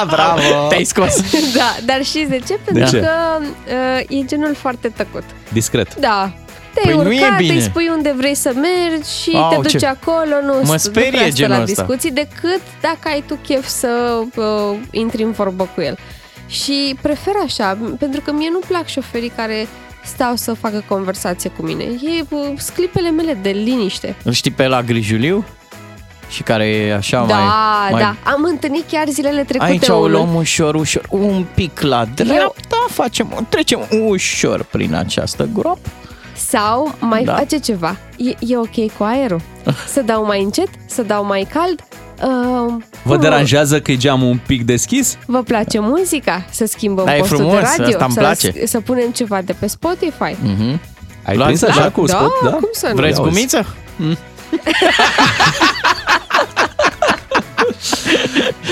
E: Bravo! Te-ai scos!
D: da, dar știți de ce? Pentru
C: ce?
D: că uh, e genul foarte tăcut.
C: Discret.
D: Da. Te-ai
C: Păi nu e
D: urcat, te
C: bine.
D: spui unde vrei să mergi și
C: Au,
D: te duci
C: ce-
D: acolo, nu
E: Mă
D: nu
E: sperie
D: prea stă
E: genul
D: la
E: ăsta.
D: discuții, decât dacă ai tu chef să uh, intri în vorbă cu el. Și prefer așa, pentru că mie nu plac șoferii care stau să facă conversație cu mine. E uh, sclipele mele de liniște.
E: Îl știi pe la Grijuliu? Și care e așa
D: da,
E: mai... mai...
D: da. Am întâlnit chiar zilele trecute
E: Aici o
D: unul.
E: luăm ușor, ușor, un pic la dreapta, facem, trecem ușor prin această groapă.
D: Sau mai
E: Da.
D: da. face ceva. E, e ok cu aerul? Să dau mai încet? Să dau mai cald? Uh,
C: Vă deranjează că e geamul un pic deschis?
D: Vă place muzica? Să schimbăm
C: Da, e
D: postul de
C: frumos,
D: radio?
C: asta îmi
D: să,
C: place. Mm.
D: să punem ceva de pe Spotify?
E: Mm-hmm.
C: Ai
E: Luați-
C: prins așa
E: Da,
C: cu
D: da,
C: spot? Da,
D: cum să nu?
E: Vreți
C: Ia uzi.
E: gumiță?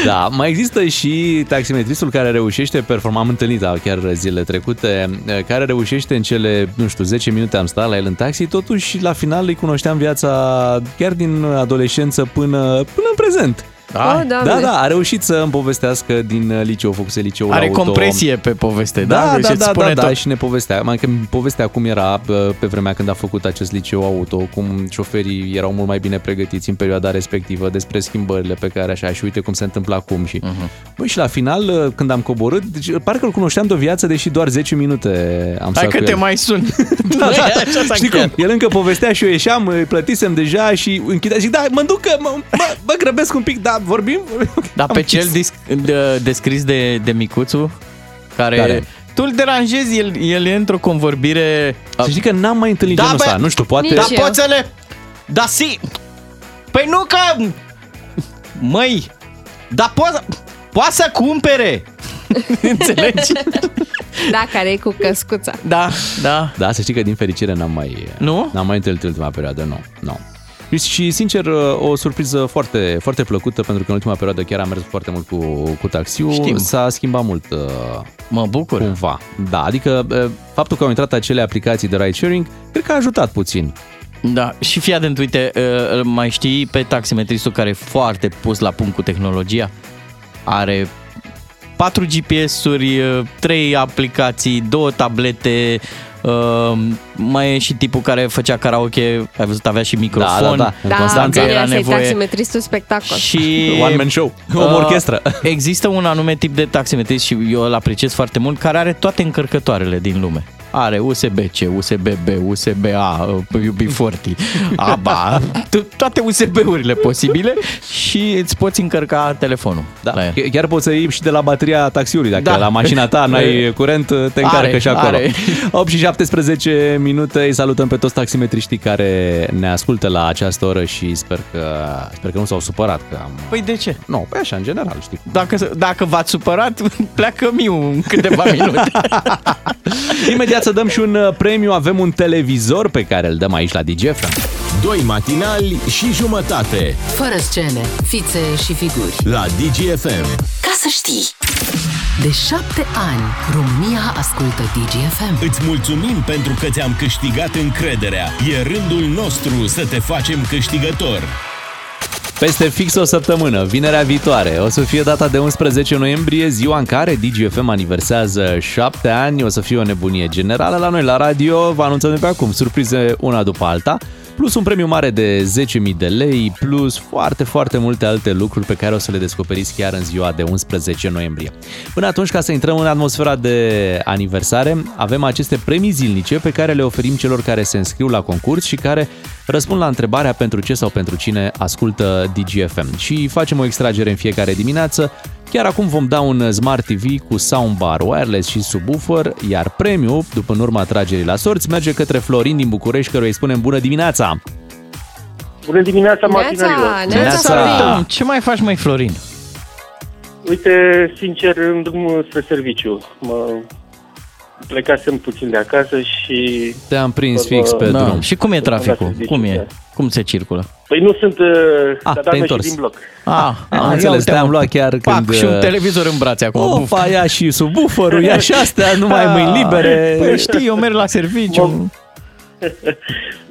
C: Da, mai există și taximetristul care reușește, perform, am întâlnit da, chiar zilele trecute, eh, care reușește în cele, nu știu, 10 minute am stat la el în taxi, totuși la final îi cunoșteam viața chiar din adolescență până, până în prezent.
E: Da.
D: Oh, Doamne.
C: da, da, a reușit să îmi povestească din uh, liceu, făcuse liceul
E: Are
C: auto.
E: compresie pe poveste, da?
C: da,
E: Deci
C: da,
E: îți
C: da,
E: spune
C: da, da,
E: tot.
C: și ne povestea. Mai că povestea cum era bă, pe vremea când a făcut acest liceu auto, cum șoferii erau mult mai bine pregătiți în perioada respectivă, despre schimbările pe care așa și uite cum se întâmplă acum și.
E: Mhm.
C: Uh-huh. Băi, și la final uh, când am coborât, deci, parcă îl cunoșteam de o viață, deși doar 10 minute
E: Hai
C: am stat
E: că
C: cu
E: te
C: el.
E: mai sun.
C: Da, da,
E: Așa s-a
C: da. Știi
E: încheiat.
C: cum? El încă povestea și eu ieșeam, îi plătisem deja și închidea. Zic, da, mă duc, că mă, mă, mă grăbesc un pic, da, vorbim?
E: Dar
C: Am
E: pe
C: închis.
E: cel dis- de, descris de, de micuțul, care...
C: Care?
E: Tu îl deranjezi, el, el e într-o convorbire...
C: Să știi că n-am mai întâlnit
E: da,
C: genul
E: bă,
C: ăsta, nu știu, poate-
E: Da,
C: Nici eu.
E: poțele! Da, si! Păi nu că... Măi! Da, poate... Poate să cumpere! Înțelegi?
D: Da, care e cu căscuța.
E: Da, da.
C: Da, să știi că din fericire n-am mai...
E: Nu?
C: N-am mai întâlnit în ultima perioadă, nu. nu. Și, sincer, o surpriză foarte, foarte plăcută, pentru că în ultima perioadă chiar am mers foarte mult cu, cu taxiul.
E: Știm.
C: S-a schimbat mult. uh,
E: Mă bucur.
C: Cumva. Păi Da, adică uh, faptul că au intrat acele aplicații de ride-sharing, cred că a ajutat puțin.
E: Da, și fii atent, uite, uh, îl mai știi pe taximetristul care e foarte pus la punct cu tehnologia? Are 4 GPS-uri, uh, 3 aplicații, 2 tablete, uh, mai e și tipul care făcea karaoke, ai văzut, avea și microfon.
C: da, da, în Da, Constanța.
E: Dacă era
D: Asta e
E: nevoie.
D: taximetristul spectacol.
E: Și
C: One man show. O
E: Uh,
C: orchestră.
E: Există un anume tip de taximetrist și eu îl apreciez foarte mult, care are toate încărcătoarele din lume. Are USB-C, USB-B, USB-A, UB40, ABA, to- toate USB-urile posibile și îți poți încărca telefonul. Da. La el.
C: Ch- Chiar poți să iei și de la bateria taxiului. Dacă
E: Da.
C: da. la mașina ta n-ai curent, te încarcă
E: Are,
C: și acolo.
E: are.
C: 8 și 17 minute. Îi salutăm pe toți taximetriștii care ne ascultă la această oră și sper că, sper că nu s-au supărat că am...
E: Păi de ce?
C: Nu, pe așa, în general, știi.
E: Dacă, dacă v-ați supărat, pleacă miu în câteva minute.
C: Imediat să dăm și un uh, premiu. Avem un televizor pe care îl dăm aici la DGF.
B: Doi matinali și jumătate
A: Fără scene, fițe și figuri.
B: la DGFM.
A: Ca să știi! De șapte ani, România ascultă DGFM.
B: Îți mulțumim pentru că ți-am câștigat încrederea. E rândul nostru să te facem câștigător.
C: Peste fix o săptămână, vinerea viitoare, o să fie data de 11 noiembrie, ziua în care DGFM aniversează 7 ani, o să fie o nebunie generală la noi la radio, vă anunțăm de pe acum, surprize una după alta, plus un premiu mare de 10.000 de lei, plus foarte, foarte multe alte lucruri pe care o să le descoperiți chiar în ziua de 11 noiembrie. Până atunci, ca să intrăm în atmosfera de aniversare, avem aceste premii zilnice pe care le oferim celor care se înscriu la concurs și care răspund la întrebarea pentru ce sau pentru cine ascultă DGFM. Și facem o extragere în fiecare dimineață. Chiar acum vom da un Smart TV cu soundbar wireless și subwoofer, iar premiul, după în urma tragerii la sorți, merge către Florin din București, căruia îi spunem bună dimineața!
M: Bună dimineața,
L: Neața,
M: matinalilor!
L: neața, Florin!
E: Ce mai faci, mai Florin?
M: Uite, sincer, în drum spre serviciu. Mă plecasem puțin de acasă și...
C: Te-am prins
M: Bă,
C: fix pe
M: da.
C: drum.
E: Și cum e traficul?
M: Deci,
E: Cum e? Cum se circulă?
M: Păi nu sunt
E: Ah,
M: ah,
E: te-ai
M: cadană și
E: întors.
M: din bloc.
E: Ah,
C: Am înțeles, te-am luat chiar
E: Pac,
C: când... uh, Oh,
E: și un televizor în brațe acum. buf.
C: Opa, ia și subwooferul, ia și astea, nu mai ai mâini libere.
E: Da. Păi știi, eu merg la serviciu.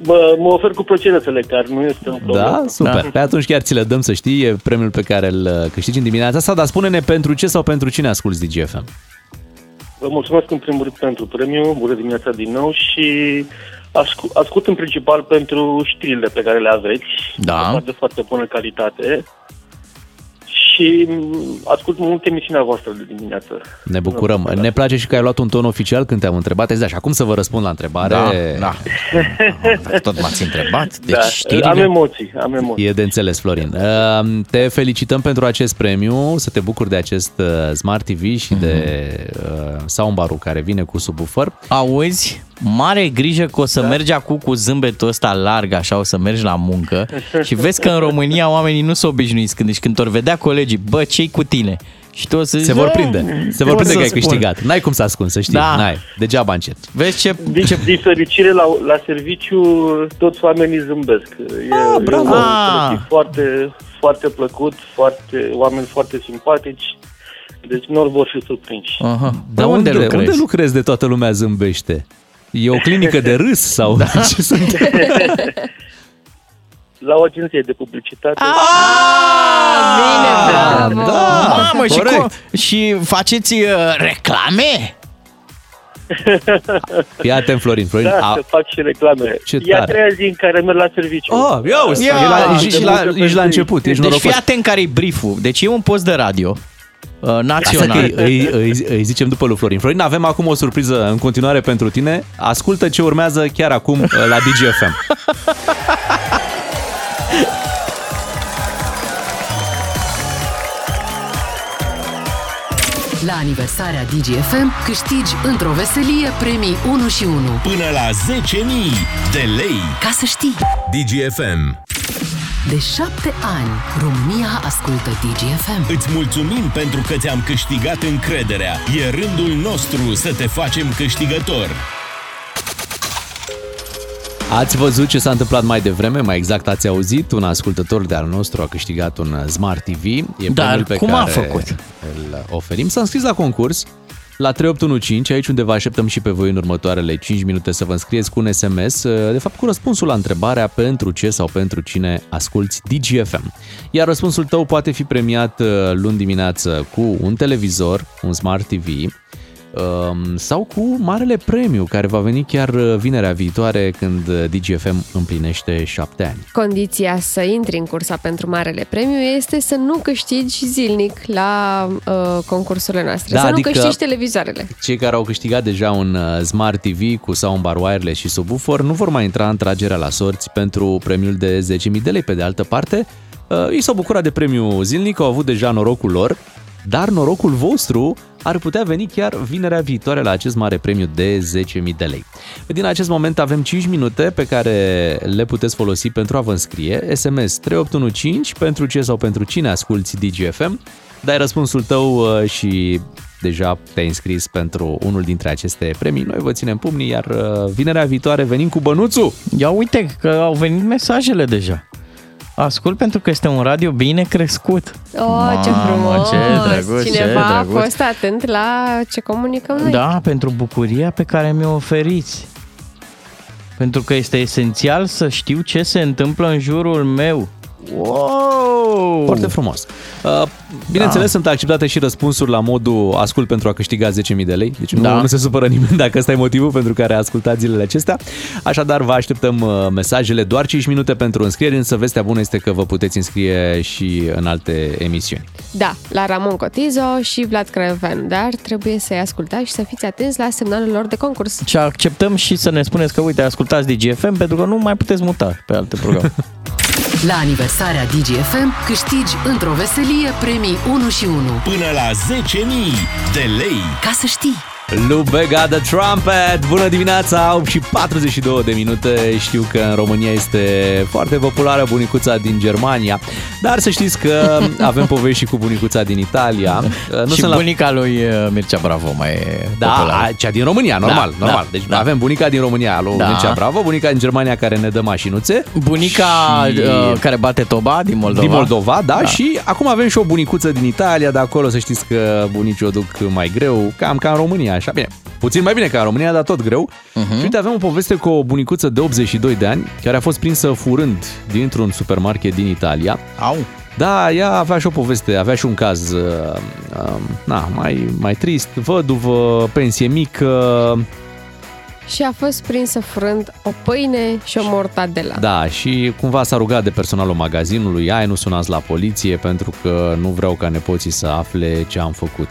M: Mă, mă ofer cu plăcere să le car, nu este un problem.
C: Da? Super. Da. Pe atunci chiar ți le dăm să știi, e premiul pe care îl uh, câștigi în dimineața asta, dar spune-ne pentru ce sau pentru cine asculti DGFM.
M: Vă mulțumesc în primul rând pentru premiu, bună dimineața din nou și ascu- ascult în principal pentru știrile pe care le aveți,
E: da.
M: de foarte bună calitate și m, ascult mult emisiunea voastră de dimineață.
C: Ne bucurăm. Ne place și că ai luat un ton oficial când te-am întrebat. Exact, și acum să vă răspund la întrebare.
E: Da,
C: da. Tot m-ați întrebat. Deci
M: Da, Am emoții, am emoții.
C: E de înțeles, Florin. Uh, Te felicităm pentru acest premiu, să te bucuri de acest uh, Smart TV și de uh, soundbar-ul care vine cu subwoofer.
E: Auzi, mare grijă că o să da. mergi acum cu zâmbetul ăsta larg, așa, o să mergi la muncă și vezi că în România oamenii nu sunt obișnuiți când, deci când ori vedea colegii, bă, ce cu tine? Și tu o să zici,
C: Se vor
E: "Eh,
C: prinde. Se
E: o
C: vor prinde
E: să
C: că ai
E: spun."
C: câștigat. N-ai cum să ascunzi, să știi.
E: Da.
C: N-ai. Degeaba încet.
E: Vezi ce...
M: Din, din fericire, la, la serviciu, toți oamenii zâmbesc. E, ah,
E: bravo!
M: E un
E: Ah!
M: colectiviv foarte, foarte plăcut, foarte, oameni foarte simpatici, deci nu vor fi surprinși.
E: Aha.
C: Dar unde, unde, unde lucrezi de toată lumea zâmbește? E o clinică de râs sau da. ce sunt?
M: La o agenție de publicitate.
E: Ah. Bine,
M: bravo!
E: Ah, Da, Mamă, și,
M: Corect.
E: cum, și faceți uh, reclame?
C: Fii atent, Florin. Florin
M: Da,
C: a...
M: să fac și reclame.
C: Ah. Ce
M: e a
C: tare.
M: treia zi în care merg la serviciu.
C: Oh, ia uite,
M: Asta
C: e la-
M: e
C: și- și
M: de
C: la-
M: muncă
C: ești
M: pentru
C: la
M: ei.
C: început, ești
E: deci
C: norocos.
E: fii atent care e brief-ul. Deci e un post de radio uh,
C: Asta că
E: național.
C: îi, îi, îi, îi zicem după lui Florin. Florin, avem acum o surpriză în continuare pentru tine. Ascultă ce urmează chiar acum uh, la DGFM.
A: La aniversarea DGFM câștigi într-o veselie premii 1 și 1.
B: Până la 10.000 de lei.
A: Ca să știi!
B: DGFM.
A: De șapte ani, România ascultă DGFM.
B: Îți mulțumim pentru că ți-am câștigat încrederea. E rândul nostru să te facem câștigător.
C: Ați văzut ce s-a întâmplat mai devreme, mai exact ați auzit, un ascultător de al nostru a câștigat un Smart TV. E
E: Dar
C: premiul pe
E: cum
C: care
E: a făcut?
C: Îl oferim. S-a înscris la concurs la 3815, aici unde vă așteptăm și pe voi în următoarele 5 minute să vă înscrieți cu un SMS, de fapt cu răspunsul la întrebarea pentru ce sau pentru cine asculti DGFM. Iar răspunsul uh, tău poate fi premiat luni dimineață cu un televizor, un Smart TV, um, sau cu Marele Premiu, care va veni chiar uh, vinerea viitoare când uh, DGFM împlinește șapte ani.
D: Condiția să intri în cursa pentru Marele Premiu este să nu câștigi zilnic la uh, concursurile noastre,
C: Da,
D: să
C: adică-
D: nu câștigi televizoarele.
C: Cei care au câștigat deja un uh, Smart TV cu soundbar wireless și subwoofer nu vor mai intra în tragerea la sorți pentru premiul de 10.000 de lei. Pe de altă parte, uh, ei s-au bucurat de premiul zilnic, au avut deja norocul lor, dar norocul vostru ar putea veni chiar vinerea viitoare la acest mare premiu de 10.000 de lei. Din acest moment avem 5 minute pe care le puteți folosi pentru a vă înscrie. SMS 3815 pentru ce sau pentru cine asculti DGFM. Dai răspunsul tău uh, și deja te-ai înscris pentru unul dintre aceste premii. Noi vă ținem pumnii, iar uh, vinerea viitoare venim cu bănuțul.
E: Ia uite că au venit mesajele deja. Ascult pentru că este un radio bine crescut.
D: Oh, ce
E: Mamă,
D: frumos!
E: ce drăguț, ce
D: Cineva a
E: drăguț.
D: fost atent la ce comunicăm noi.
E: Da, pentru bucuria pe care mi-o oferiți. Pentru că este esențial să știu ce se întâmplă în jurul meu. Wow!
C: Foarte frumos. Uh, Bineînțeles, da. sunt acceptate și răspunsuri la modul ascult pentru a câștiga 10.000 de lei. Deci nu,
E: Da.
C: da. nu se supără nimeni dacă ăsta e motivul pentru care a ascultat zilele acestea. Așadar, vă așteptăm uh, mesajele. Doar 5 minute pentru înscriere, însă vestea bună este că vă puteți înscrie și în alte emisiuni.
D: Da, la Ramon Cotizo și Vlad Craiovean, dar trebuie să-i ascultați și să fiți atenți la semnalul lor de concurs.
E: Și acceptăm și să ne spuneți că, uite, ascultați DGFM pentru că nu mai puteți muta pe alte programe.
A: La aniversarea DGFM câștigi într-o veselie premii 1 și 1.
B: Până la 10.000 de lei.
A: Ca să știi!
C: Lubega the Trumpet! Bună dimineața! 8 și 42 de minute. Știu că în România este foarte populară bunicuța din Germania, dar să știți că avem povești și cu bunicuța din Italia. Uh,
E: și
C: sunt la-
E: bunica lui uh, Mircea Bravo mai e
C: Da,
E: populară.
C: a, cea din România, normal,
E: Da,
C: normal.
E: da,
C: deci avem bunica din România, lui
E: Da.
C: da. Mircea Bravo, bunica din Germania care ne dă mașinuțe.
E: Bunica
C: Și-
E: uh, care bate toba din Moldova.
C: Din Moldova, da, da, și acum avem și o bunicuță din Italia, de acolo să știți că bunicii o duc mai greu, cam ca în România, așa, bine, puțin mai bine ca în România, dar tot greu. Uh-huh. Și uite, avem o poveste cu o bunicuță de 82 de ani, care a fost prinsă furând dintr-un supermarket din Italia.
E: Au!
C: Da, ea avea și o poveste, avea și un caz uh, uh, na, mai, mai trist, văduvă, pensie mică,
D: Și a fost prinsă furând o pâine și o mortadelă.
C: Da, și cumva s-a rugat de personalul magazinului, ai, nu sunați la poliție pentru că nu vreau ca nepoții să afle ce am făcut.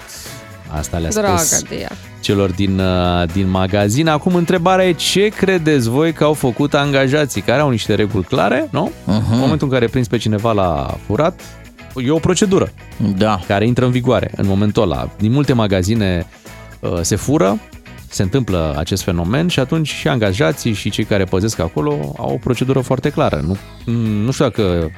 C: Asta le-a
D: Dragă
C: spus
D: de ea.
C: celor din, uh, din magazin. Acum întrebarea e ce credeți voi că au făcut angajații care au niște reguli clare, nu? Uh-huh. În momentul în care prins pe cineva la furat, e o procedură
E: da.
C: care intră în vigoare în momentul ăla. Din multe magazine uh, se fură, se întâmplă acest fenomen și atunci și angajații și cei care păzesc acolo au o procedură foarte clară. Nu, mm, nu știu dacă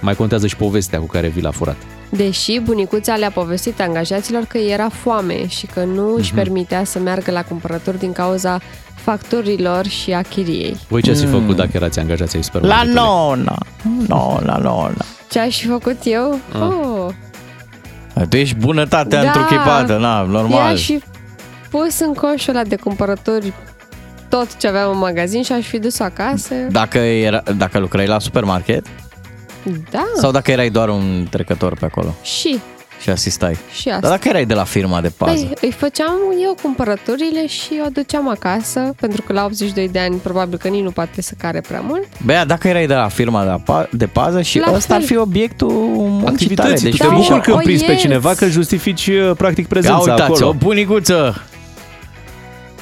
C: mai contează și povestea cu care vii la furat.
D: Deși bunicuța le-a povestit angajaților că era foame și că nu își
C: Mhm.
D: permitea să meargă la cumpărături din cauza facturilor și a chiriei.
C: Voi ce ați fi
D: Hmm.
C: făcut dacă erați angajați ai
E: La
C: supermarketului?
E: nona! Nona, nona!
D: Ce aș fi făcut eu?
E: Ah.
D: Oh,
E: Tu ești bunătatea
D: Da.
E: într-o chipată, na, normal.
D: I-aș fi pus în coșul ăla de cumpărături tot ce aveam în magazin și aș fi dus acasă.
E: Dacă, era, dacă lucrai la supermarket
D: Da.
E: sau dacă erai doar un trecător pe acolo
D: Și,
E: și asistai.
D: și asta.
C: Da,
E: Dar dacă erai de la firma de pază.
D: Păi, îi făceam eu cumpărăturile și o duceam acasă, pentru că la 82 de ani probabil că nici nu poate să care prea mult.
E: Bea, dacă erai de la firma de, pa- de pază și
D: La
E: ăsta ar
D: fel.
E: fi obiectul muncii tale.
C: Activități, deci
E: tu
C: te bucur
E: ești-
C: că
D: Da, o
C: prins pe
D: ies.
C: cineva, că justifici uh, practic
E: Ia
C: prezența
E: uitați, o
C: acolo.
E: bunicuță!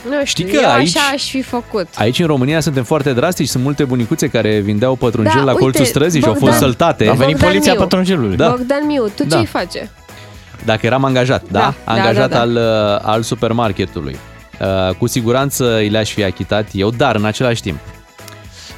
D: Nu știu,
C: Știi că
D: eu
C: aici-
D: așa aș fi făcut.
C: Aici în România suntem foarte drastici, sunt multe bunicuțe care vindeau pătrunjel
D: Da,
C: la
D: uite,
C: colțul străzii și au fost
D: Bogdan- Da,
C: săltate.
D: A venit Bogdan poliția Miu.
E: pătrunjelului.
C: Da.
D: Bogdan Miu, tu
C: Da.
D: ce-i face?
C: Dacă eram angajat, da?
D: Da, da,
C: angajat
D: da, da.
C: Al, uh, al supermarketului. Uh, Cu siguranță îi le-aș fi achitat eu, dar în același timp.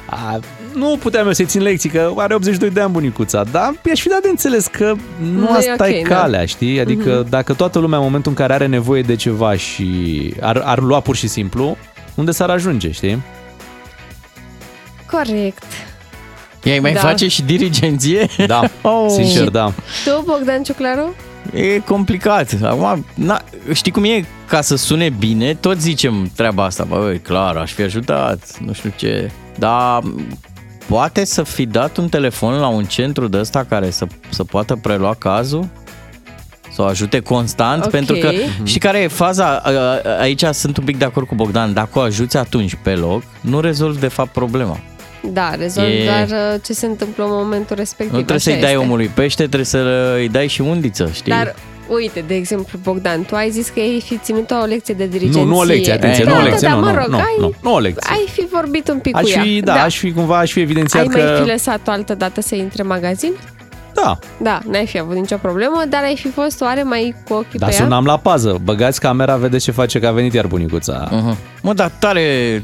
C: A, nu puteam eu să-i țin lecții, că are 82 de ani bunicuța, dar i-aș fi dat de înțeles că nu,
E: Nu e
C: asta e
E: ok, da.
C: calea, știi? Adică
E: Mhm.
C: dacă toată lumea în momentul în care are nevoie de ceva și ar, ar lua pur și simplu, unde s-ar ajunge, știi?
D: Corect.
E: Ei mai
D: Da.
E: face și dirigenție?
C: Da,
E: oh.
C: sincer, da.
D: Tu, Bogdan Ciuclaru?
E: E complicat. Acum, na, știi cum e? Ca să sune bine, tot zicem treaba asta. Bă, băi, clar, aș fi ajutat, nu știu ce. Dar poate să fi dat un telefon la un centru de ăsta care să, să poată prelua cazul? să o ajute constant,
D: Ok.
E: pentru că
D: Mhm.
E: și care e faza, A- a- aici sunt un pic de acord cu Bogdan, dacă o ajuți atunci pe loc, nu rezolvi de fapt problema.
D: Da, rezolv
E: E-
D: doar uh, ce se întâmplă în momentul respectiv.
E: Nu trebuie
D: așa
E: să-i dai
D: este.
E: omului pește, trebuie să-i dai și undiță, știi?
D: Dar uite, de exemplu, Bogdan, tu ai zis că ei fi ținut o lecție de dirigenție.
C: Nu, nu o lecție, atenție,
E: Eh,
C: nu o
E: da,
C: lecție,
D: da,
C: nu,
D: mă
C: nu,
D: rog,
C: nu,
D: ai-
C: nu, nu o lecție.
D: Ai fi vorbit un pic
C: Aș
D: cu ea. Da.
C: fi, da, aș fi cumva, aș fi evidențiat
D: Ai mai fi
C: că...
D: lăsat-o altă dată să intre în magazin?
C: Da,
D: Da, n-ai fi avut nicio problemă, dar ai fi fost oare mai cu ochii
C: dar
D: pe ea?
C: sunam la pază. Băgați camera, vedeți ce face, că a venit iar bunicuța. Uh-huh.
E: Mă, dar tare,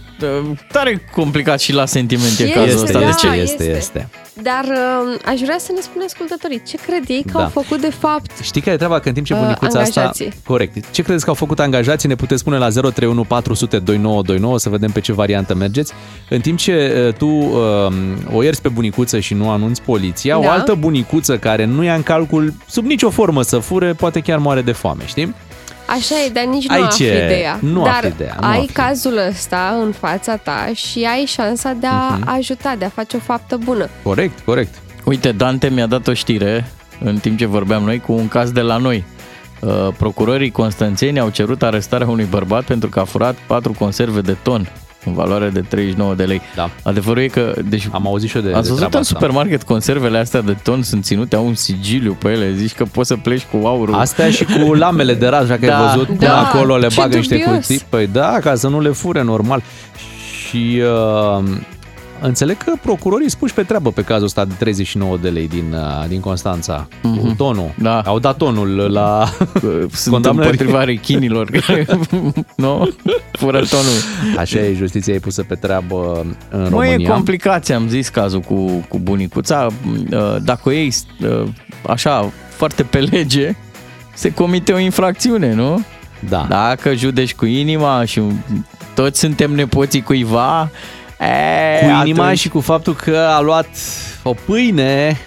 E: tare complicat și la sentimente
D: Este,
E: cazul ăsta.
D: da,
E: de ce?
D: este.
C: este.
D: Dar uh, aș vrea să ne spună ascultătorii ce cred ei că
C: Da.
D: au făcut de fapt.
C: Știi care e treaba? Că în timp ce
D: Uh,
C: bunicuța asta...
D: angajații.
C: Corect. Ce credeți că au făcut angajații? Ne puteți spune la 031 400 2929 să vedem pe ce variantă mergeți. În timp ce uh, tu uh, o ierți pe bunicuță și nu anunți poliția, o
N: Da.
C: altă bunicuță care nu ia în calcul sub nicio formă să fure, poate chiar moare de foame, știi?
D: Așa e, dar nici nu
C: Aici
D: afli
C: e,
D: de ea.
C: nu
D: dar
C: afli de ea, nu
D: ai
C: afli.
D: cazul ăsta în fața ta și ai șansa de a
C: Mhm.
D: ajuta, de a face o faptă bună.
C: Corect, corect.
E: Uite, Dante mi-a dat o știre în timp ce vorbeam noi cu un caz de la noi. Uh, Procurorii constanțeni au cerut arestarea unui bărbat pentru că a furat patru conserve de ton în valoare de 39 de lei. Da. Adevărul e că... Deci,
C: Am auzit și eu de
E: Ați
C: de
E: văzut
C: treaba
E: în
C: asta.
E: supermarket conservele astea de ton sunt ținute, au un sigiliu pe ele, zici că poți să pleci cu aurul.
C: Astea și cu lamele de raz, dacă
E: Da.
C: ai văzut, până
E: Da.
C: acolo le
E: Ce
C: bagă niște
E: dubios.
C: cuții. Păi da, ca să nu le fure, normal. Și uh, înțeleg că procurorii spuși pe treabă pe cazul ăsta de 39 de lei din, uh, din Constanța. Mm-hmm. Cu tonul. Da. Au dat tonul la
E: Sunt împotriva rechinilor care nu, fură tonul.
C: Așa e, justiția e pusă pe treabă în
E: Mă, e
C: România.
E: complicat, am zis cazul cu, cu bunicuța. Uh, Dacă o iei uh, așa, foarte pe lege, se comite o infracțiune, nu?
C: Da.
E: Dacă judești cu inima și toți suntem nepoții cuiva, e,
C: cu inima
E: atunci-
C: și cu faptul că a luat o pâine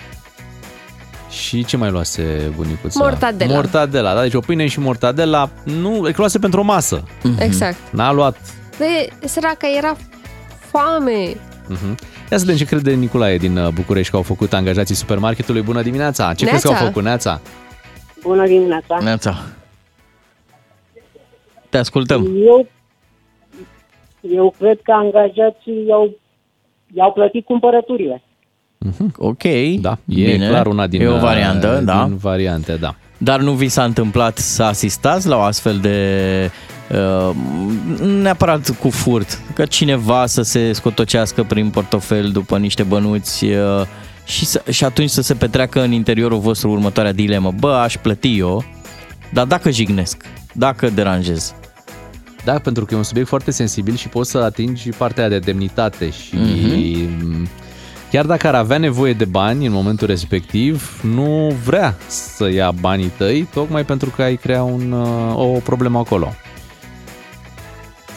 C: și ce mai luase bunicuța?
D: Mortadela.
C: Mortadela, da, deci o pâine și mortadela, nu, adică luase pentru o masă.
D: Exact.
C: N-a luat.
D: De săraca era foame.
C: Mhm. Ia să vedem ce crede Nicolae din uh, București că au făcut angajații supermarketului. Bună dimineața! Ce crezi că au
O: Neața.
C: făcut, Neața?
O: Bună dimineața!
E: Neața. Te ascultăm.
O: Eu, eu cred că angajații i-au, i-au plătit cumpărăturile.
E: Ok. Da,
C: E clar una din,
E: E o variantă,
C: uh,
E: da.
C: din variante, da.
E: Dar nu vi s-a întâmplat să asistați la o astfel de uh, neapărat cu furt, că cineva să se scotocească prin portofel după niște bănuți uh, și, să, și atunci să se petreacă în interiorul vostru următoarea dilemă. Bă, aș plăti eu, dar dacă jignesc, dacă deranjez.
C: Da, pentru că e un subiect foarte sensibil și poți să atingi partea de demnitate și mm chiar dacă ar avea nevoie de bani în momentul respectiv, nu vrea să ia banii tăi, tocmai pentru că ai crea un, uh, o problemă acolo.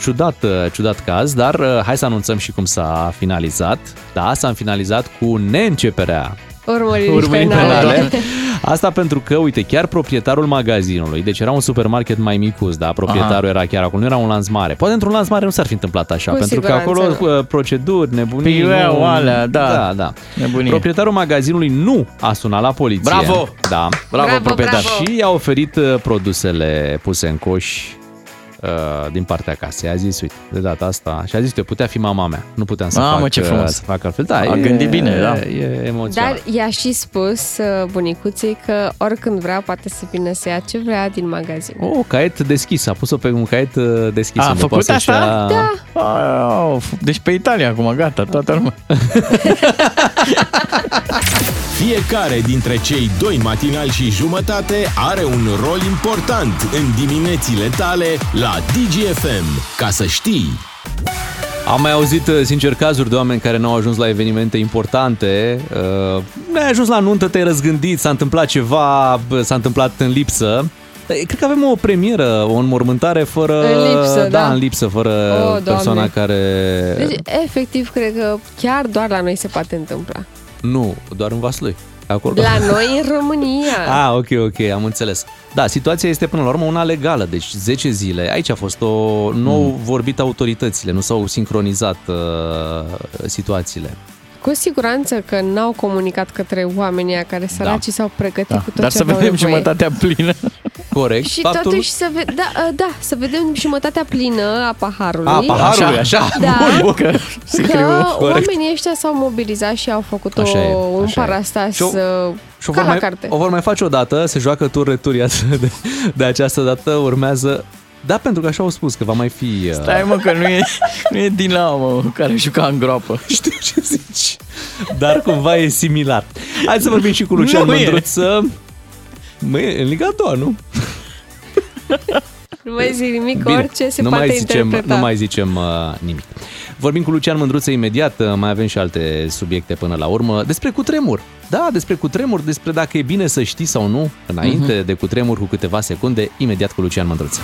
C: Ciudat, uh, ciudat caz, dar uh, hai să anunțăm și cum s-a finalizat. Da, s-a finalizat cu neînceperea
D: Urmăririi
C: urmări
D: penale.
C: penale. Asta pentru că, uite, chiar proprietarul magazinului, deci era un supermarket mai micus, da, proprietarul era chiar acolo, nu era un lanț mare. Poate într-un lanț mare nu s-ar fi întâmplat așa,
E: Cu
C: pentru că
E: siguranță da.
C: acolo uh, proceduri, nebunii...
E: Piueau
C: nu-
E: alea, da.
C: da, da.
E: Nebunie.
C: Proprietarul magazinului nu a sunat la poliție.
E: Bravo!
C: Da.
E: Bravo, Bravo, proprietar. bravo!
C: Și i-a oferit uh, produsele puse în coș uh, din partea casei. A zis, uite, de data asta, și a zis, uite, putea fi mama mea. Nu puteam să
E: Mamă,
C: fac,
E: ce
C: uh,
E: frumos.
C: să fac altfel. Da,
E: A
C: e-
E: gândit bine, da.
C: E emoționant.
D: Dar i-a și spus uh, bunicuții că oricând vrea poate să vină să ia ce vrea din magazin.
C: O, Oh, caiet deschis, a pus-o pe un caiet uh, deschis.
E: A
C: unde
E: făcut
C: poate
E: asta?
C: așa-
D: Da.
E: Au, deci pe Italia acum, gata, toată lumea.
B: Fiecare dintre cei doi matinali și jumătate are un rol important în diminețile tale la DGFM. Ca să știi!
C: Am mai auzit, uh, sincer, cazuri de oameni care nu au ajuns la evenimente importante. Uh, N-ai ajuns la nuntă, te-ai răzgândit, s-a întâmplat ceva, bă, s-a întâmplat în lipsă. Eh, Cred că avem o premieră, o înmormântare fără...
D: În lipsă, da.
C: în lipsă, fără
D: O, Doamne.
C: persoana care...
D: Deci, efectiv, cred că chiar doar la noi se poate întâmpla.
C: Nu, doar în Vaslui. Acolo.
D: La noi în România.
C: Ah, ok, ok, am înțeles. Da, situația este până la urmă una legală, deci 10 zile. Aici a fost o... Nu au vorbit autoritățile, nu s-au sincronizat uh, situațiile.
D: Cu siguranță că n-au comunicat către oamenii aia care săracii s-au pregătit
C: Da,
D: cu Da. tot
C: dar
D: ce
C: să
D: aveau
C: vedem
D: nevoie.
C: jumătatea
E: plină.
C: Corect.
D: Și Faptul... totuși să, ve- da, uh, da, să vedem jumătatea plină a paharului.
C: A, paharului, așa.
D: Da,
C: Bun, bun. Că,
D: că
C: corect.
D: oamenii ăștia s-au mobilizat și au făcut
C: Așa
D: o,
C: e,
D: un
C: așa e.
D: parastas
C: Și o-
D: uh,
C: Și o
D: ca la
C: vor, mai,
D: carte.
C: o vor mai face o dată, se joacă tur retur iată, de, de această dată, urmează... Da, pentru că așa au spus, că va mai fi... Uh...
E: Stai mă că nu e, nu e Dinamo care juca în groapă.
C: Știu ce zici. Dar cumva e similar. Hai să vorbim și cu Lucian
E: Nu e.
C: Mândruță. Măi, e în Liga a doua, nu?
D: Nu mai zic nimic, orice se
C: nu
D: poate
C: mai zicem,
D: interpreta.
C: nu mai zicem uh, nimic. Vorbim cu Lucian Mândruță imediat, uh, mai avem și alte subiecte până la urmă. Despre cutremur. Da, despre cutremur, despre dacă e bine să știi sau nu înainte
D: Mhm.
C: uh-huh. de cutremur cu câteva secunde, imediat cu Lucian Mândruță.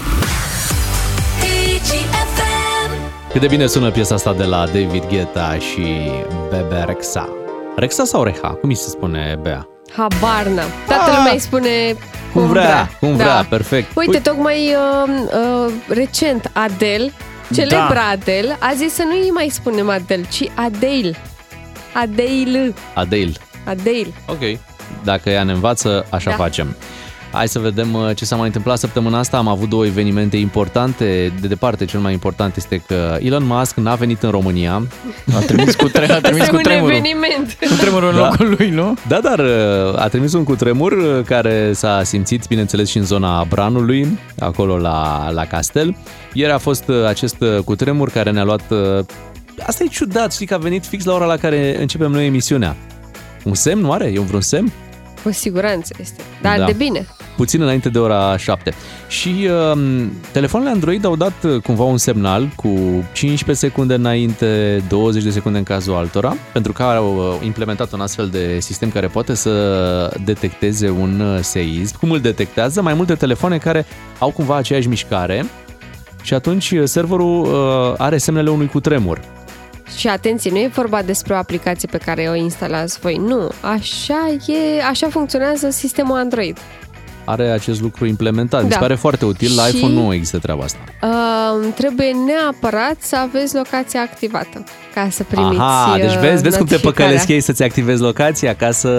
C: Cât de bine sună piesa asta de la David Guetta și Bebe Rexa. Rexa sau Reha? Cum îi se spune Bea?
D: Habar n-am. Toată lumea îi spune
C: Ah! Cum vrea, cum vrea,
D: Da.
C: perfect.
D: Uite, tocmai uh, uh, recent Adel, celebra
C: Da.
D: Adel, a zis să nu îi mai spunem Adel, ci Adeil. Adeil.
C: Adele.
D: Adeil.
C: Ok. Dacă ea ne învață, așa
D: Da.
C: facem. Hai să vedem uh, ce s-a mai întâmplat săptămâna asta. Am avut două evenimente importante. De departe, cel mai important este că Elon Musk n-a venit în România. A trimis cu, tre-
D: Asta e un eveniment.
E: Tremurul
C: Da.
E: în locul lui, nu?
C: Da, dar uh, a trimis un cutremur uh, care s-a simțit, bineînțeles, și în zona Branului, acolo la, la castel. Ieri a fost uh, acest uh, cutremur care ne-a luat... uh, Asta e ciudat, știi că a venit fix la ora la care începem noi emisiunea. Un semn, oare? E un vreun semn?
D: Cu siguranță este. Dar
C: Da.
D: de bine.
C: puțin înainte de ora 7. Și um, telefoanele Android au dat uh, cumva un semnal cu 15 secunde înainte, 20 de secunde în cazul altora, pentru că au uh, implementat un astfel de sistem care poate să detecteze un uh, seism. Cum îl detectează? Mai multe telefoane care au cumva aceeași mișcare și atunci uh, serverul uh, are semnele unui cutremur.
D: Și atenție, nu e vorba despre o aplicație pe care o instalați voi. Nu, așa e, așa funcționează sistemul Android.
C: Are acest lucru implementat. Da. Mi
D: Da.
C: se pare foarte util. La
D: Și-
C: iPhone nu există treaba asta.
D: Uh, trebuie neapărat să aveți locația activată ca să primiți
C: Aha, deci
D: uh,
C: vezi, vezi cum te
D: notificarea.
C: păcălesc ei să-ți activezi locația ca să...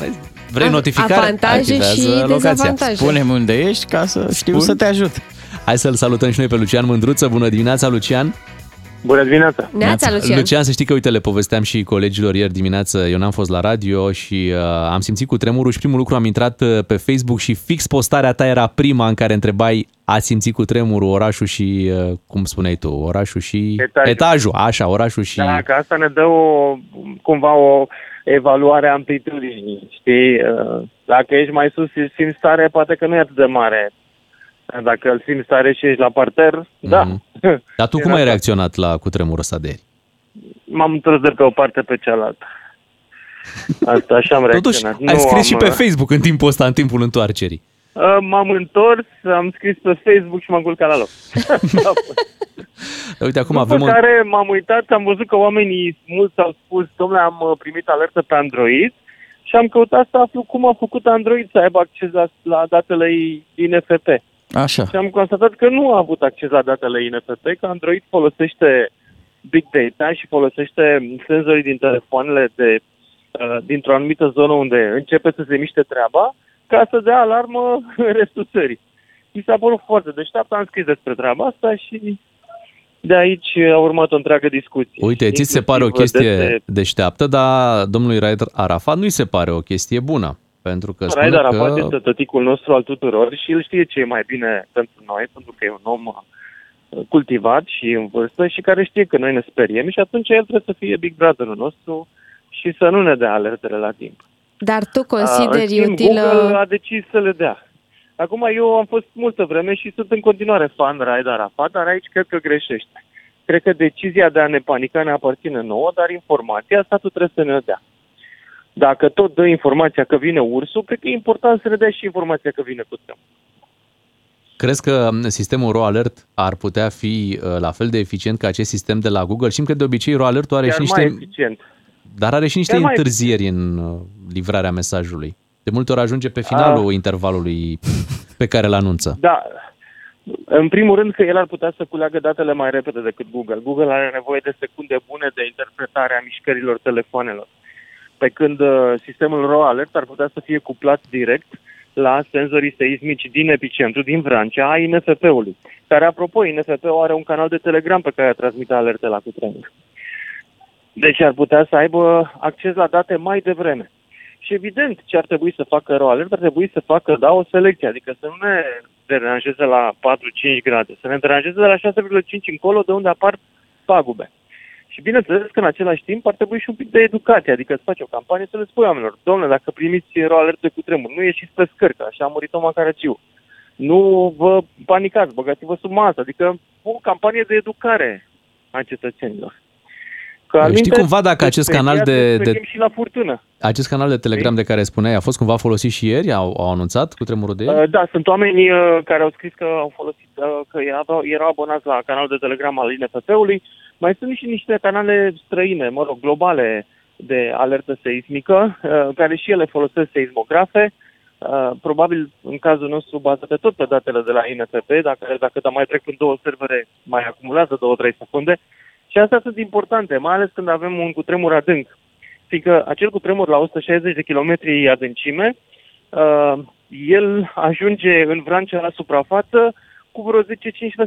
C: vezi, Vrei
D: A-
C: notificare?
D: avantaje și dezavantaje. Spune-mi
C: unde ești ca să știu
E: să te
C: ajut. Hai să-l salutăm și noi pe Lucian Mândruță. Bună dimineața, Lucian!
L: Bună dimineața!
D: Neața, Lucian.
C: Lucian, să știi că, uite, le povesteam și colegilor ieri dimineață, eu n-am fost la radio și uh, am simțit cu tremurul și primul lucru am intrat uh, pe Facebook și fix postarea ta era prima în care întrebai a simțit cu tremurul orașul și, uh, cum spuneai tu, orașul și...
L: Etajul.
C: Etajul, așa, orașul și...
L: Da, că asta ne dă o, cumva o evaluare a amplitudinii, știi? Uh, Dacă ești mai sus și simți tare, poate că nu e atât de mare. Dar Dacă îl simți tare și ești la parter, da.
C: Dar tu cum ai reacționat la cutremurul ăsta de ieri?
L: M-am întors de pe o parte pe cealaltă. Asta așa am
C: Totuși,
L: reacționat.
C: ai
L: Exact, Nu
C: scris
L: am,
C: și
L: uh,
C: pe Facebook în timpul ăsta, în timpul întoarcerii.
L: Uh, M-am întors, am scris pe Facebook și m-am culcat la loc.
C: Dar Uite, acum
L: După
C: avem... un-
L: care m-am uitat, am văzut că oamenii mulți au spus, domnule, am uh, primit alertă pe Android și am căutat să aflu cum a făcut Android să aibă acces la, la datele INFP.
E: Așa.
L: Și Deci am constatat că nu a avut acces la datele INFP, că Android folosește big data și folosește senzorii din telefoanele de, uh, dintr-o anumită zonă unde începe să se miște treaba, ca să dea alarmă în restul țării. Mi s-a părut foarte deșteapt, am scris despre treaba asta și de aici a urmat o întreagă discuție.
C: Uite, ți se pare o
L: Inclusiv
C: chestie
L: despre-
C: deșteaptă, dar domnului Raed Arafat nu-i se pare o chestie bună. Pentru că
L: Raed
C: spune
L: Arafat
C: că...
L: este tăticul nostru al tuturor și el știe ce e mai bine pentru noi, pentru că e un om uh, cultivat și în vârstă și care știe că noi ne speriem și atunci el trebuie să fie Big Brother-ul nostru și să nu ne dea alertele la timp.
D: Dar tu
L: Uh, în
D: consideri
L: schimb, Google
D: utilă...
L: a decis să le dea. Acum eu am fost multă vreme și sunt în continuare fan Raed Arafat, dar aici cred că greșește. Cred că decizia de a ne panica ne aparține nouă, dar informația statul trebuie să ne o dea. Dacă tot dă informația că vine ursul, cred că e important să ne dea și informația că vine cu tău.
C: Crezi că sistemul RoAlert ar putea fi uh, la fel de eficient ca acest sistem de la Google? Știm că de obicei RoAlert are
L: Chiar
C: Păi și
L: mai
C: niște,
L: eficient.
C: dar are și niște
L: Chiar mai-
C: întârzieri în uh, livrarea mesajului. De multe ori ajunge pe
L: Ah.
C: finalul intervalului pe care îl anunță.
L: Da. În primul rând că el ar putea să culeagă datele mai repede decât Google. Google are nevoie de secunde bune de interpretare a mișcărilor telefonelor. Pe când uh, sistemul RAW Alert ar putea să fie cuplat direct la senzorii seismici din epicentru, din Vrancea, a INFP-ului, care, apropo, INFP-ul are un canal de Telegram pe care transmite alerte la cutremur. Deci ar putea să aibă acces la date mai devreme. Și evident, ce ar trebui să facă RoAlert? Ar trebui să facă, da, o selecție, adică să nu ne deranjeze la 4-5 grade, să ne deranjeze de la 6,5 încolo, de unde apar pagube. Și bineînțeles că în același timp ar trebui și un pic de educație, adică să faci o campanie să le spui oamenilor, domnule, dacă primiți roalert de cutremur, nu ieșiți pe scări, că așa a murit Toma Caragiu. Nu vă panicați, băgați-vă sub masă, adică o campanie de educare a cetățenilor. Că,
C: Știi
L: alminte,
C: cumva dacă acest
L: pe
C: canal
L: viață
C: de,
L: trecem
C: de,
L: și la furtână.
C: acest canal de
L: Păi-
C: Telegram de care spuneai a fost cumva folosit și ieri? Au, au anunțat cu tremurul de ieri?
L: Uh, Da, sunt oameni uh, care au scris că au folosit, uh, că erau, erau abonați la canalul de Telegram al INFP-ului. Mai sunt și niște canale străine, mă rog, globale de alertă seismică, uh, care și ele folosesc seismografe. Uh, Probabil, în cazul nostru, bazate tot pe datele de la INFP, dacă, dacă da, mai trec în două servere, mai acumulează două-trei secunde. Și astea sunt importante, mai ales când avem un cutremur adânc. Fiindcă acel cutremur la 160 de km adâncime Uh, el ajunge în Vrancea la suprafață cu vreo 10-15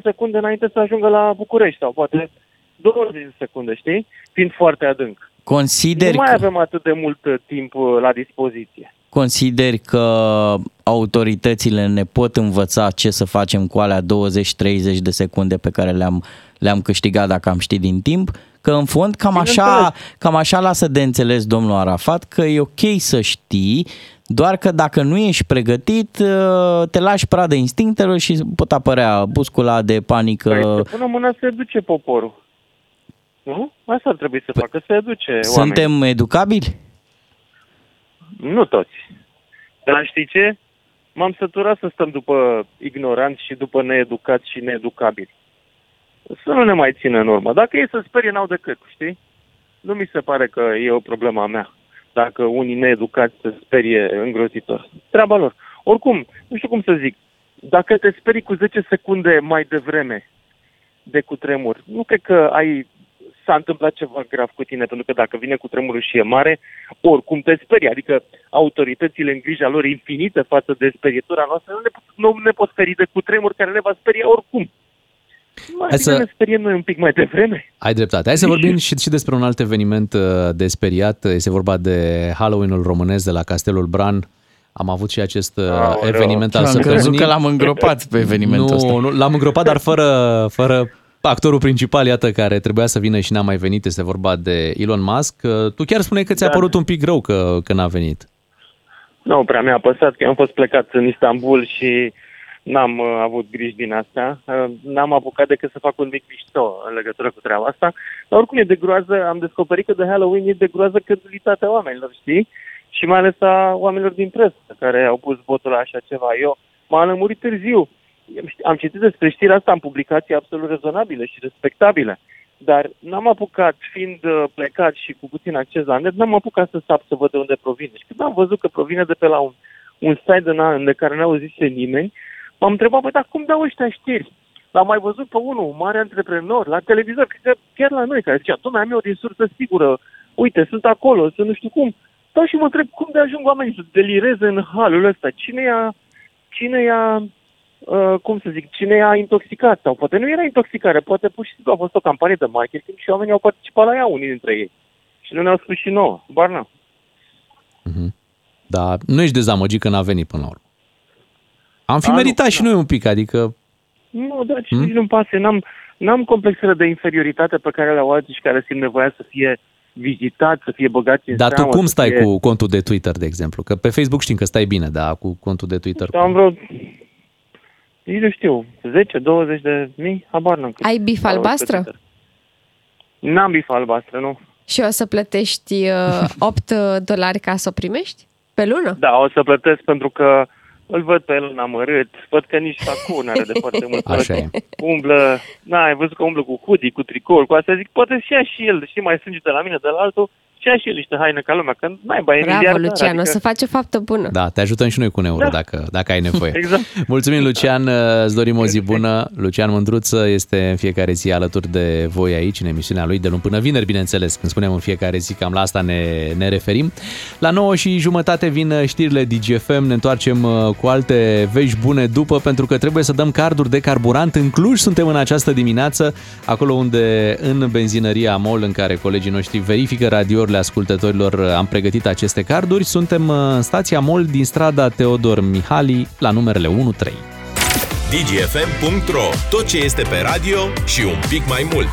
L: secunde înainte să ajungă la București sau poate 20 de secunde, știi? Fiind foarte adânc.
E: Consider
L: nu mai
E: că...
L: avem atât de mult uh, timp uh, la dispoziție.
E: Consideri că autoritățile ne pot învăța ce să facem cu alea 20-30 de secunde pe care le-am, le-am câștigat dacă am ști din timp? Că în fond cam așa, cam așa lasă de înțeles domnul Arafat că e ok să știi, doar că dacă nu ești pregătit, ă, te lași pradă instinctelor și pot apărea buscula de panică.
L: Până mâna se duce poporul. Nu? Asta ar trebui să facă, se educe
E: Suntem educabili?
L: oamenii. Nu toți. Dar știi ce? M-am săturat să stăm după ignoranți și după needucați și needucabili. Să nu ne mai țină în urmă. Dacă ei se sperie, n-au decât, știi? Nu mi se pare că e o problemă a mea. Dacă unii needucați se sperie îngrozitor. Treaba lor. Oricum, nu știu cum să zic, dacă te sperii cu 10 secunde mai devreme de cutremur, nu cred că ai s-a întâmplat ceva grav cu tine, pentru că dacă vine cu tremurul și e mare, oricum te sperie. Adică autoritățile în grija lor infinită față de sperietura noastră nu ne, pot- nu ne pot speri de cutremur care ne va speria oricum. Mai
C: Hai
L: bine
C: să-
L: ne speriem noi un pic mai devreme.
C: Ai dreptate. Hai să vorbim și, și despre un alt eveniment uh, de speriat. Este vorba de Halloween-ul românesc de la Castelul Bran. Am avut și acest uh,
E: Aoleu.
C: eveniment al
E: Am crezut
C: săptămânii.
E: că l-am îngropat pe evenimentul
C: nu,
E: ăsta.
C: Nu, l-am îngropat, dar fără, fără actorul principal, iată, care trebuia să vină și n-a mai venit. Este vorba de Elon Musk. Uh, Tu chiar spuneai că ți-a
L: Da.
C: părut un pic rău că, că n-a venit.
L: Nu prea mi-a păsat că am fost plecat în Istanbul și n-am uh, avut griji din asta. Uh, n-am apucat decât să fac un mic mișto în legătură cu treaba asta. Dar oricum e de groază, am descoperit că de Halloween e de groază credulitatea oamenilor, știi? Și mai ales a oamenilor din presă care au pus votul la așa ceva. Eu m-am lămurit târziu. Am citit despre știrea asta în publicații absolut rezonabile și respectabile dar n-am apucat, fiind uh, plecat și cu puțin acces la net, n-am apucat să sap să văd de unde provine. Și când am văzut că provine de pe la un, un site de, na- de care n-a auzise nimeni, m-am întrebat, bă, dar cum dau ăștia știri? L-am mai văzut pe unul, un mare antreprenor, la televizor, cred că chiar la noi, care zicea, domnule, am eu din sursă sigură, uite, sunt acolo, sunt nu știu cum. Stau și mă întreb cum de ajung oamenii să delireze în halul ăsta. Cine i-a, cine i-a uh, cum să zic, cine a intoxicat sau poate nu era intoxicare, poate pur și simplu a fost o campanie de marketing și oamenii au participat la ea, unii dintre ei. Și nu ne-au spus și nouă, Barna.
C: Dar nu ești dezamăgit că n-a venit până la urmă. Am fi
L: A, nu,
C: meritat
E: da.
C: și noi un pic, adică
L: Nu, dar
C: Hmm?
L: și nici nu-mi pasă. N-am, n-am complexele de inferioritate pe care le au alții și care simt nevoia să fie vizitați, să fie băgați în
C: Dar tu
L: seamă,
C: cum
L: să
C: stai
L: fie...
C: cu contul de Twitter, de exemplu? Că pe Facebook știm că stai bine, dar cu contul de Twitter...
L: Am vreo, nici nu știu, 10-20 de mii, habar n-am cât.
D: Ai bif
L: Sau
D: albastră?
L: cât. N-am bif albastră, nu.
D: Și o să plătești uh, 8 dolari ca să o primești? Pe lună?
L: Da, o să plătesc pentru că îl văd pe el amărât, văd că nici sacou nu are de foarte mult.
C: Așa e.
L: Umblă, na, ai văzut că umblă cu hoodie, cu tricouri, cu astea, zic, poate să ia și el, și mai sânge de la mine, de la altul, și ai și niște haine ca lumea, că mai e
D: Bravo,
L: miliardar,
D: Lucian, o
L: adică-
D: să faci o faptă bună.
C: Da, te ajutăm și noi cu un euro
D: Da.
C: dacă, dacă ai nevoie.
D: Exact.
C: Mulțumim, Lucian, îți dorim o zi bună. Lucian Mândruță este în fiecare zi alături de voi aici, în emisiunea lui, de luni până vineri, bineînțeles. Când spunem în fiecare zi, cam la asta ne, ne referim. La 9 și jumătate vin știrile DGFM, ne întoarcem uh, cu alte vești bune după, pentru că trebuie să dăm carduri de carburant în Cluj. Suntem în această dimineață, acolo unde în benzinăria Amol, în care colegii noștri verifică radiourile ascultătorilor, uh, am pregătit aceste carduri. Suntem uh, în stația Mol din strada Teodor Mihali, la numerele 13.
B: DGFM.ro Tot ce este pe radio și un pic mai mult.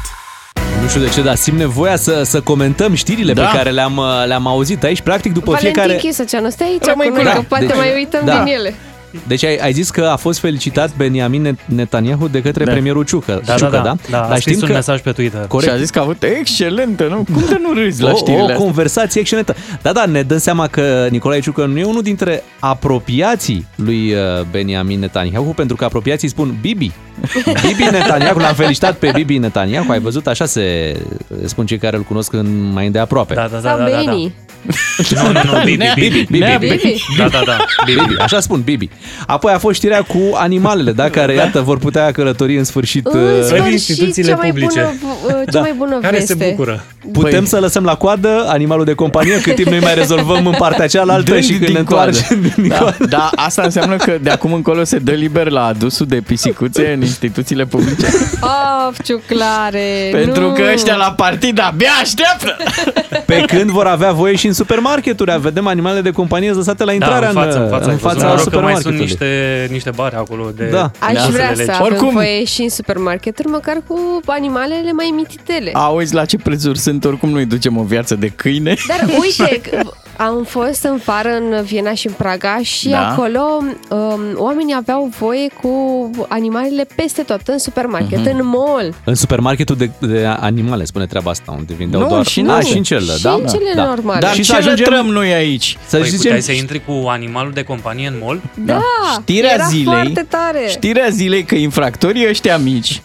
C: Nu știu de ce, dar simt nevoia să, să comentăm știrile
B: Da.
C: da. pe care le-am, uh, le-am auzit aici. Practic, după
D: Valentin
C: fiecare...
D: Chisoceanu, stai aici
C: Rămâi
D: cu noi,
C: cu
D: că
C: noi.
D: poate
C: Deci-
D: mai uităm
C: da.
D: din ele.
C: Deci ai, ai zis că a fost felicitat Benjamin Netanyahu de către da. premierul Ciucă,
P: Da,
C: Ciucă,
P: da, da. da.
C: Dar
P: a scris
C: știm
P: un
C: că
P: mesaj pe Twitter.
C: Corect.
E: Și a zis că a avut excelentă, nu? Cum de nu râzi la
C: o,
E: știrile
C: o
E: astea?
C: conversație excelentă. Da, da, ne dăm seama că Nicolae Ciucă nu e unul dintre apropiații lui uh, Benjamin Netanyahu, pentru că apropiații spun Bibi. Bibi Netanyahu, l-am felicitat pe Bibi Netanyahu, ai văzut, așa se uh, spun cei care îl cunosc în mai îndeaproape. Da, Păi, uh,
P: da, Sau da, da, da. Benny. Nu, nu, nu, Bibi, Bibi.
C: Bibi,
P: Bibi.
C: Bibi.
P: Da, da, da.
C: Bibi. Așa spun Bibi. Apoi a fost știrea cu animalele, da, care, iată, vor putea călători în sfârșit
D: În
C: uh,
D: sfârșit, cea mai bună, v- uh, cea
C: Da.
D: mai bună veste.
C: Putem păi... să lăsăm la coadă animalul de companie cât timp noi mai rezolvăm în partea cealaltă
E: Dă-i
C: și când
E: din
C: ne întoarcem.
E: coadă. Da, da, asta înseamnă că de acum încolo se dă liber la adusul de pisicuțe în instituțiile publice.
D: Of, ciuclare,
E: Pentru
D: nu.
E: că ăștia la partid abia așteaptă.
C: Pe când vor avea voie și în supermarketuri. Vedem animalele de companie lăsate
P: Da,
C: la intrarea
P: în față, în
C: în,
P: față.
C: în fața
P: Noroc că mai sunt
C: supermarketului.
P: niște, niște bare acolo de...
C: Da.
D: Aș
P: de
D: vrea
P: lege.
D: să avem voie și în supermarketuri, măcar cu animalele mai mititele.
E: Auzi la ce prețuri sunt, oricum noi ducem o viață de câine.
D: Dar uite, că am fost în vară în Viena și în Praga și
E: Da.
D: acolo um, oamenii aveau voie cu animalele peste tot, în supermarket,
C: Mhm.
D: în mall.
C: În supermarketul de, de animale, spune treaba asta, unde vindeau
D: Nu,
C: doar...
D: și nu.
C: A, și în cele,
D: Și
C: da?
D: în cele
C: da.
D: normale.
C: Dar
D: Dar
C: și
D: ce
C: să ajungem...
E: lătrăm noi aici?
C: Să
P: păi
C: zicem...
P: puteai să intri cu animalul de companie în mall?
D: Da,
E: Știrea
D: era
E: zilei.
D: foarte tare.
E: Știrea zilei că infractorii ăștia mici,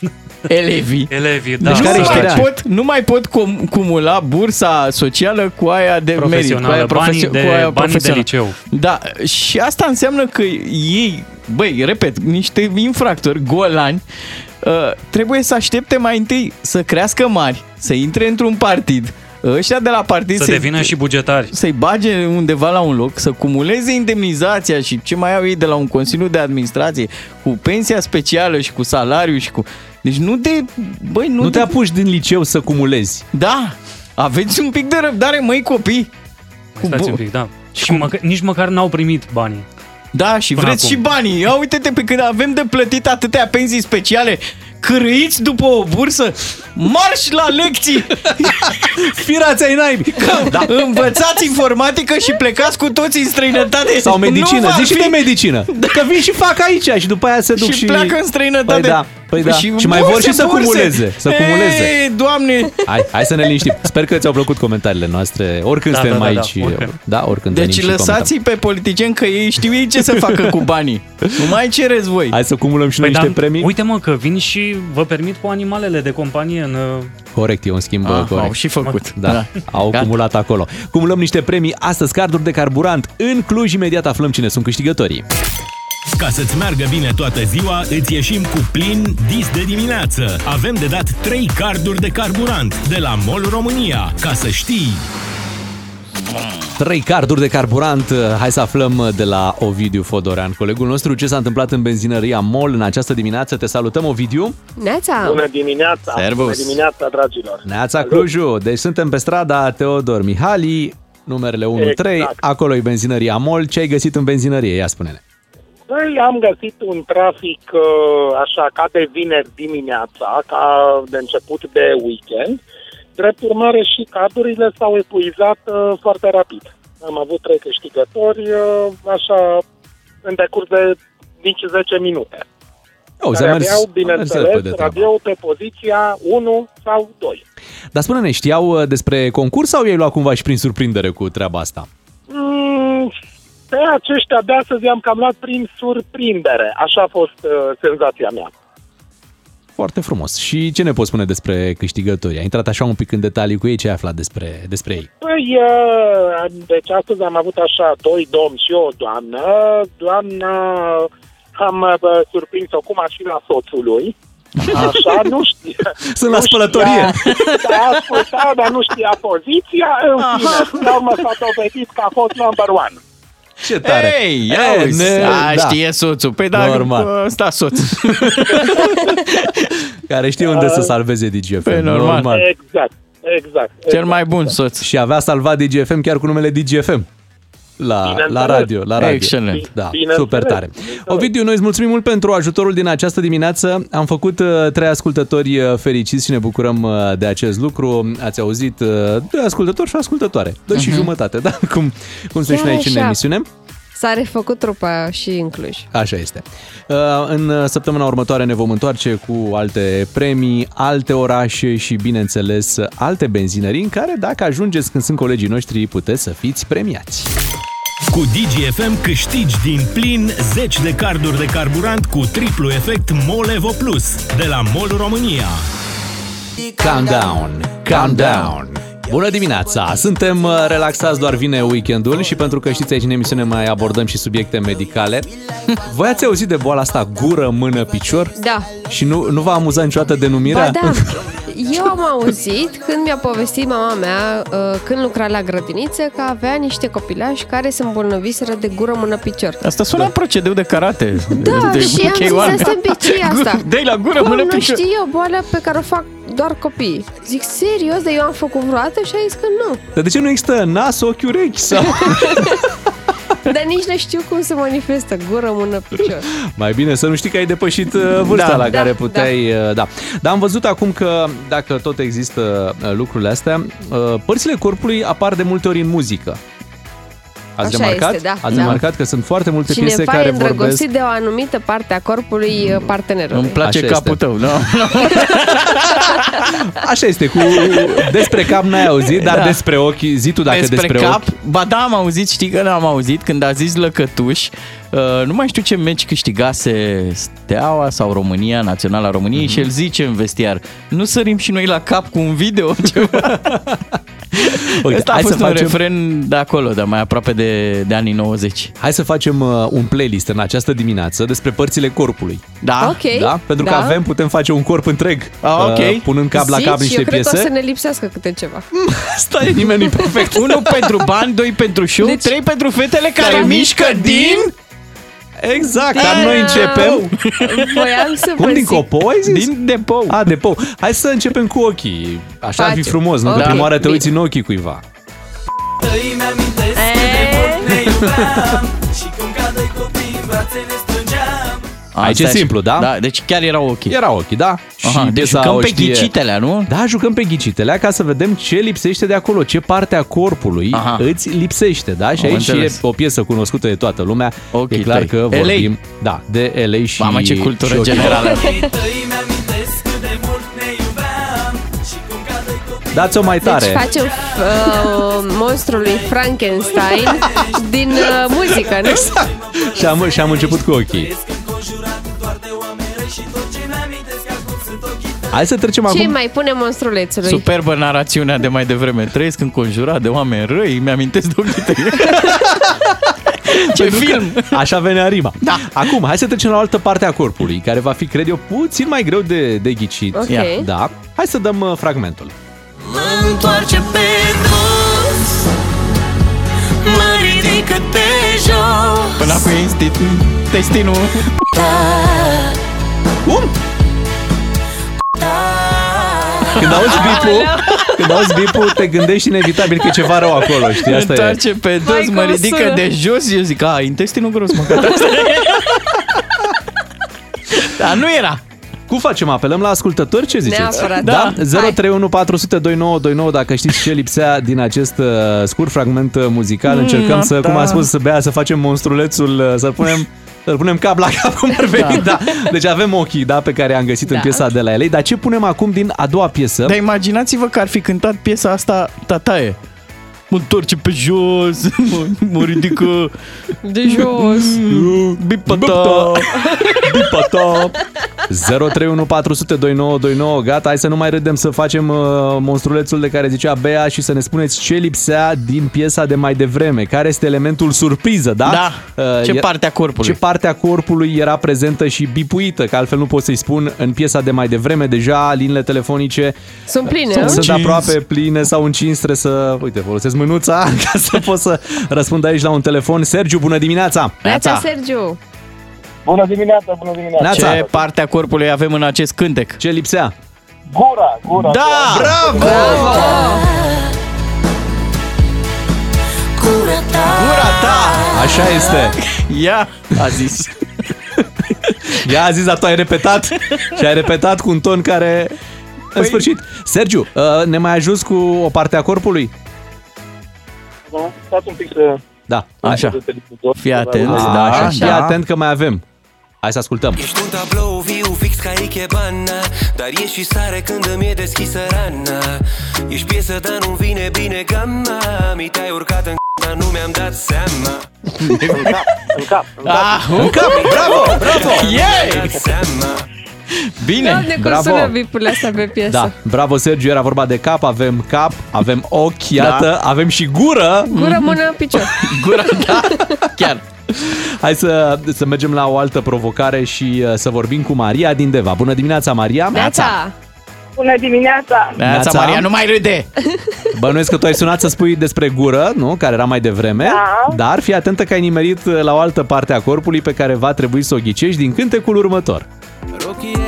E: elevii,
P: Elevii, da.
E: deci nu,
P: săraci.
E: mai pot, nu mai pot cum, cumula bursa socială cu aia de merit, cu
P: Profesională,
E: aia,
P: banii de- banii de
E: profesională.
P: liceu.
E: Da, și asta înseamnă că ei, băi, repet, niște infractori, golani, uh, trebuie să aștepte mai întâi să crească mari, să intre într-un partid, ăștia de la partid
P: Să
E: se-
P: devină și bugetari.
E: să-i bage undeva la un loc, să cumuleze indemnizația și ce mai au ei de la un consiliu de administrație, cu pensia specială și cu salariu și cu... Deci nu te... Băi, nu,
C: Nu te apuci din liceu să cumulezi.
P: Păi,
E: Da! Aveți un pic de răbdare, măi copii!
P: Mai stați
E: bu-
P: un pic, da. Și măca- nici măcar n-au primit banii.
E: Da, și
P: Până
E: vreți
P: acum.
E: și banii. Ia uite-te pe când avem de plătit atâtea pensii speciale, cârâiți după o bursă, marș la lecții!
C: Firați ai naibii!
E: Da. Învățați informatică și plecați cu toți în străinătate!
C: Sau
E: Nu
C: medicină,
E: va
C: zici și
E: fi-
C: de medicină. Că vin și fac aici și după aia se duc
E: și,
C: și...
E: pleacă în străinătate.
C: Păi da, păi da. Și, mai
E: burse,
C: vor și să
E: burse.
C: cumuleze. Să cumuleze.
E: Ei, doamne!
C: Hai, hai să ne liniștim. Sper că ți-au plăcut comentariile noastre. Oricând
E: Da,
C: suntem
E: da, da, da,
C: aici.
E: oricând.
C: da, oricând venim
E: Deci
C: și
E: lăsați-i pe politicieni că ei știu ei ce să facă cu banii. Nu mai cereți voi.
C: Hai să cumulăm și
P: Păi, dar Uite mă că vin și vă permit cu animalele de companie în... uh,
C: Corect, e un schimb
P: Ah,
C: ah, corect.
P: au și făcut.
C: Da,
P: Da.
C: au Gata. cumulat acolo. Cumulăm niște premii astăzi, carduri de carburant în Cluj. Imediat aflăm cine sunt câștigătorii.
B: Ca să-ți meargă bine toată ziua, îți ieșim cu plin dis de dimineață. Avem de dat 3 carduri de carburant de la MOL România. Ca să știi...
C: Trei carduri de carburant. uh, Hai să aflăm de la Ovidiu Fodorean, colegul nostru, ce s-a întâmplat în benzinăria MOL în această dimineață. Te salutăm, Ovidiu!
D: Neața!
M: Bună dimineața!
C: Servus.
M: Bună dimineața, dragilor!
C: Neața Cluju, deci suntem pe strada Teodor Mihali, numerele 1-3,
M: Exact.
C: acolo e benzinăria Mol. Ce ai găsit în benzinărie? Ia spune-ne.
M: Păi am găsit un trafic uh, așa ca de vineri dimineața, ca de început de weekend. Drept urmare și cardurile s-au epuizat uh, foarte rapid. Am avut trei câștigători, uh, așa, în decurs de nici 10 minute.
C: Auzi,
M: care
C: a mers-
M: aveau,
C: a mers
M: bineînțeles,
C: repede treaba.
M: radio pe poziția 1 sau 2.
C: Dar spune-ne, știau uh, despre concurs sau ei luat cumva și prin surprindere cu treaba asta?
M: Mm, Pe aceștia de astăzi am cam luat prin surprindere. Așa a fost uh, senzația mea.
C: Foarte frumos. Și ce ne poți spune despre câștigători? Ai intrat așa un pic în detalii cu ei, ce ai aflat despre, despre ei?
M: Păi, uh, deci astăzi am avut așa doi domni și o doamnă. Doamna am uh, surprins-o cum aș fi la soțului. Așa, nu știu.
C: Sunt la spălătorie.
M: Da, asculta, dar nu știa poziția. În fine, până la urmă s-a dovedit că a fost number one.
C: Ce tare!
E: Ei, ia
C: E,
E: uzi,
C: ne-
E: a,
C: da.
E: știe soțul. Păi da,
C: Normal.
E: Normal. ăsta soț.
C: Care știe unde să salveze DGFM.
E: Păi, normal.
M: Exact, exact.
E: Cel mai bun soț.
C: Și avea salvat DGFM chiar cu numele DGFM. La, la
E: Bineînțeles.
C: radio, la radio.
E: Excelent.
C: Da,
E: Bineînțeles.
C: super tare. Ovidiu, noi îți mulțumim mult pentru ajutorul din această dimineață. Am făcut uh, trei ascultători uh, fericiți și ne bucurăm uh, de acest lucru. Ați auzit uh, doi ascultători și o ascultătoare. Doi și jumătate, da? Cum, cum se
D: Chiar
C: știe aici în
D: așa.
C: emisiune.
D: S-a refăcut trupa și în Cluj.
C: Așa este. Uh, În uh, săptămâna următoare ne vom întoarce cu alte premii, alte orașe și, bineînțeles, alte benzinării în care, dacă ajungeți când sunt colegii noștri, puteți să fiți premiați.
B: Cu DGFM câștigi din plin 10 de carduri de carburant cu triplu efect Molevo Plus de la MOL România.
C: Calm down, calm down. Bună dimineața! Suntem uh, relaxați, doar vine weekendul și pentru că știți aici în emisiune mai abordăm și subiecte medicale. Voi ați auzit de boala asta gură, mână, picior?
D: Da.
C: Și nu, nu v-a amuzat niciodată denumirea?
D: Ba da, eu am auzit când mi-a povestit mama mea, uh, când lucra la grădiniță, că avea niște copilași care se îmbolnăviseră de gură, mână, picior.
E: Asta sună da. procedeu de karate.
D: Da,
E: de,
D: și am zis să stăm pe ce e asta.
E: dă la gură,
D: Cum
E: mână,
D: nu
E: picior.
D: știu eu boala pe care o fac doar copiii. Zic, serios, dar eu am făcut vreodată și a zis că nu.
C: Dar de ce nu există nas, ochi, urechi? Sau...
D: Dar nici nu știu cum se manifestă gură, mână, picior.
C: Mai bine să nu știi că ai depășit uh, vârsta
D: Da,
C: la
D: da,
C: care puteai... Da. da. Dar am văzut acum că, dacă tot există uh, lucrurile astea, uh, părțile corpului apar de multe ori în muzică. Ați
D: Așa
C: remarcat?
D: este, da,
C: Ați
D: da.
C: remarcat că sunt foarte multe piese
D: Cineva e
C: care
D: îndrăgostit
C: vorbesc...
D: de o anumită parte a
C: Mm.
D: corpului uh, partenerului.
E: Îmi place
C: Așa
E: capul
C: este.
E: tău, da?
C: Așa este, cu despre cap n-ai auzit, dar
E: Da.
C: despre ochi, zi tu dacă despre,
E: cap,
C: ochi.
E: ba da, am auzit, știi că n-am auzit, când a zis Lăcătuș, uh, nu mai știu ce meci câștigase Steaua sau România, Naționala României,
C: Mhm.
E: mm-hmm. și el zice în vestiar, nu sărim și noi la cap cu un video ceva.
C: Uite,
E: Ăsta a
C: hai
E: fost
C: să
E: un
C: facem-
E: refren de acolo, dar mai aproape de, de anii 90.
C: Hai să facem uh, un playlist în această dimineață despre părțile corpului.
E: Da.
D: Ok.
C: Da? Pentru că
D: Da.
C: avem, putem face un corp întreg.
E: Ah, ok.
C: uh, punând cap la
D: Zici,
C: cap niște
D: eu cred că o
C: piese.
D: să ne lipsească câte ceva.
C: Stai, nimeni nu perfect.
E: Unul pentru bani, doi pentru show, deci... trei pentru fetele care mișcă din...
C: Exact,
E: Din-
C: dar noi începem.
D: Voiam să vă
C: Cum, din
D: zic.
C: copou ai zis?
E: Din depou.
C: A, depou. Hai să începem cu ochii. Așa ar fi
D: Facem.
C: frumos, nu? Că
D: Ok,
C: prima oară te
D: bine.
C: uiți în ochii cuiva.
Q: Îmi amintesc cât de mult
D: Eh,
Q: ne iubeam Și cum ca doi copii în brațe ne strângeam
C: Aici e
E: Asta e
C: simplu, da?
E: Da, deci chiar erau ochii.
C: Era ochii, da.
E: Aha, deci
C: piesa
E: jucăm
C: o
E: pe
C: știe.
E: ghicitele, nu?
C: Da, jucăm pe ghicitele ca să vedem ce lipsește de acolo, ce parte a corpului Aha. îți lipsește, da?
E: Am
C: Și aici
E: înțeles.
C: e o piesă cunoscută de toată lumea. Okay, e clar
E: tăi.
C: că
E: LA.
C: vorbim da, de LA și
E: Mamă, ce cultură
C: și ochii.
E: generală.
Q: Îmi amintesc cât de mult ne iubeam Și cum ca doi copii
C: Dați-o mai tare.
D: Deci facem uh, monstrului Frankenstein din uh, muzică, nu?
C: Exact. și, am, și am început cu ochii. Hai să trecem
D: Ce
E: acum.
D: mai pune monstrulețului?
E: Superbă narațiunea de mai devreme. Trăiesc înconjurat de oameni răi, mi-amintesc de ochii tăi. Păi, Ce film!
C: Așa venea rima. Da. Acum, hai să trecem la o altă parte a corpului, care va fi, cred eu, puțin mai greu de, de ghicit.
Q: Ok.
C: Ia. Da. Hai să dăm uh, fragmentul.
Q: Mă întoarce pe dos Mă ridică pe jos
E: Până acum e instit- intestinul.
C: Cum? Când auzi bipul, când auzi bipul, te gândești inevitabil că e ceva rău acolo, știi? Asta e.
E: Întoarce pe dos,
Q: Vai,
E: mă
Q: cum
E: ridică
Q: sună.
E: de jos, eu zic, a, intestinul gros, mă, gata. Dar Da, nu era.
C: Cum facem? Apelăm la ascultători? Ce ziceți?
E: Neapărat.
C: da?
E: Da.
C: 031402929 dacă știți ce lipsea din acest uh, scurt fragment uh, muzical.
E: Mm,
C: Încercăm să,
E: da.
C: cum a spus, să bea, să facem monstrulețul, uh, să punem să-l punem cap la cap cum ar veni, da. Deci avem ochii, da, pe care am găsit în
E: Da.
C: piesa de la LA. Dar ce punem acum din a doua piesă?
E: Dar imaginați-vă că ar fi cântat piesa asta tataie. Mă întoarce pe jos, mă, mă ridică...
C: Mm.
D: De jos.
E: Bipata. Bipata.
C: 031402929, gata, hai să nu mai râdem să facem uh, monstrulețul de care zicea Bea și să ne spuneți ce lipsea din piesa de mai devreme, care este elementul surpriză, da?
E: Da.
C: Uh,
E: Ce
C: e-
E: parte a corpului?
C: Ce parte a corpului era prezentă și bipuită, că altfel nu pot să-i spun în piesa de mai devreme, deja linile telefonice
D: Sunt pline, nu?
C: sunt aproape pline sau încins, trebuie să, uite, folosesc mânuța ca să pot să răspund aici la un telefon. Sergiu, bună dimineața!
D: Neața, Sergiu!
R: Bună dimineața, bună dimineața.
C: Neața.
E: Ce parte a corpului avem în acest cântec?
C: Ce lipsea?
R: Gura, gura.
E: Da!
R: Bravo!
E: Gura ta!
C: Așa este!
E: Ia, a zis.
C: Ea a zis, dar tu ai repetat și ai repetat cu un ton care... În sfârșit, Sergiu, uh, ne mai ajuns cu o parte a corpului?
R: Da, Stați un pic
M: uh,
R: să...
C: Da,
E: Păi
C: așa.
E: Fii
R: atent, da, așa.
C: Fii atent că mai avem. Hai să ascultăm.
S: Ești un tablou viu fix ca Ikebana Dar e și sare când îmi e deschisă rana Ești piesă, dar nu vine bine gama Mi te-ai urcat în c- dar nu mi-am dat seama
R: În cap, în cap, în cap.
E: Ah,
S: în cap, bravo,
R: bravo!
S: Yeah!
C: Bine,
D: Doamne, cum
C: bravo.
D: sună bipurile astea pe piesă.
C: Da, bravo Sergiu, era vorba de cap, avem cap, avem ochi, iată, avem și gură.
D: Gură, mână, picior.
C: Gura, da, chiar. Hai să, să mergem la o altă provocare și uh, să vorbim cu Maria din Deva. Bună dimineața, Maria!
T: Bună dimineața!
C: Neața, Maria, nu mai
E: râde!
C: Bănuiesc că tu ai sunat să spui despre gură, nu? Care era mai devreme.
T: Da.
C: Dar fii atentă că ai nimerit uh, la o altă parte a corpului pe care va trebui să o ghicești din cântecul următor.
Q: Rochie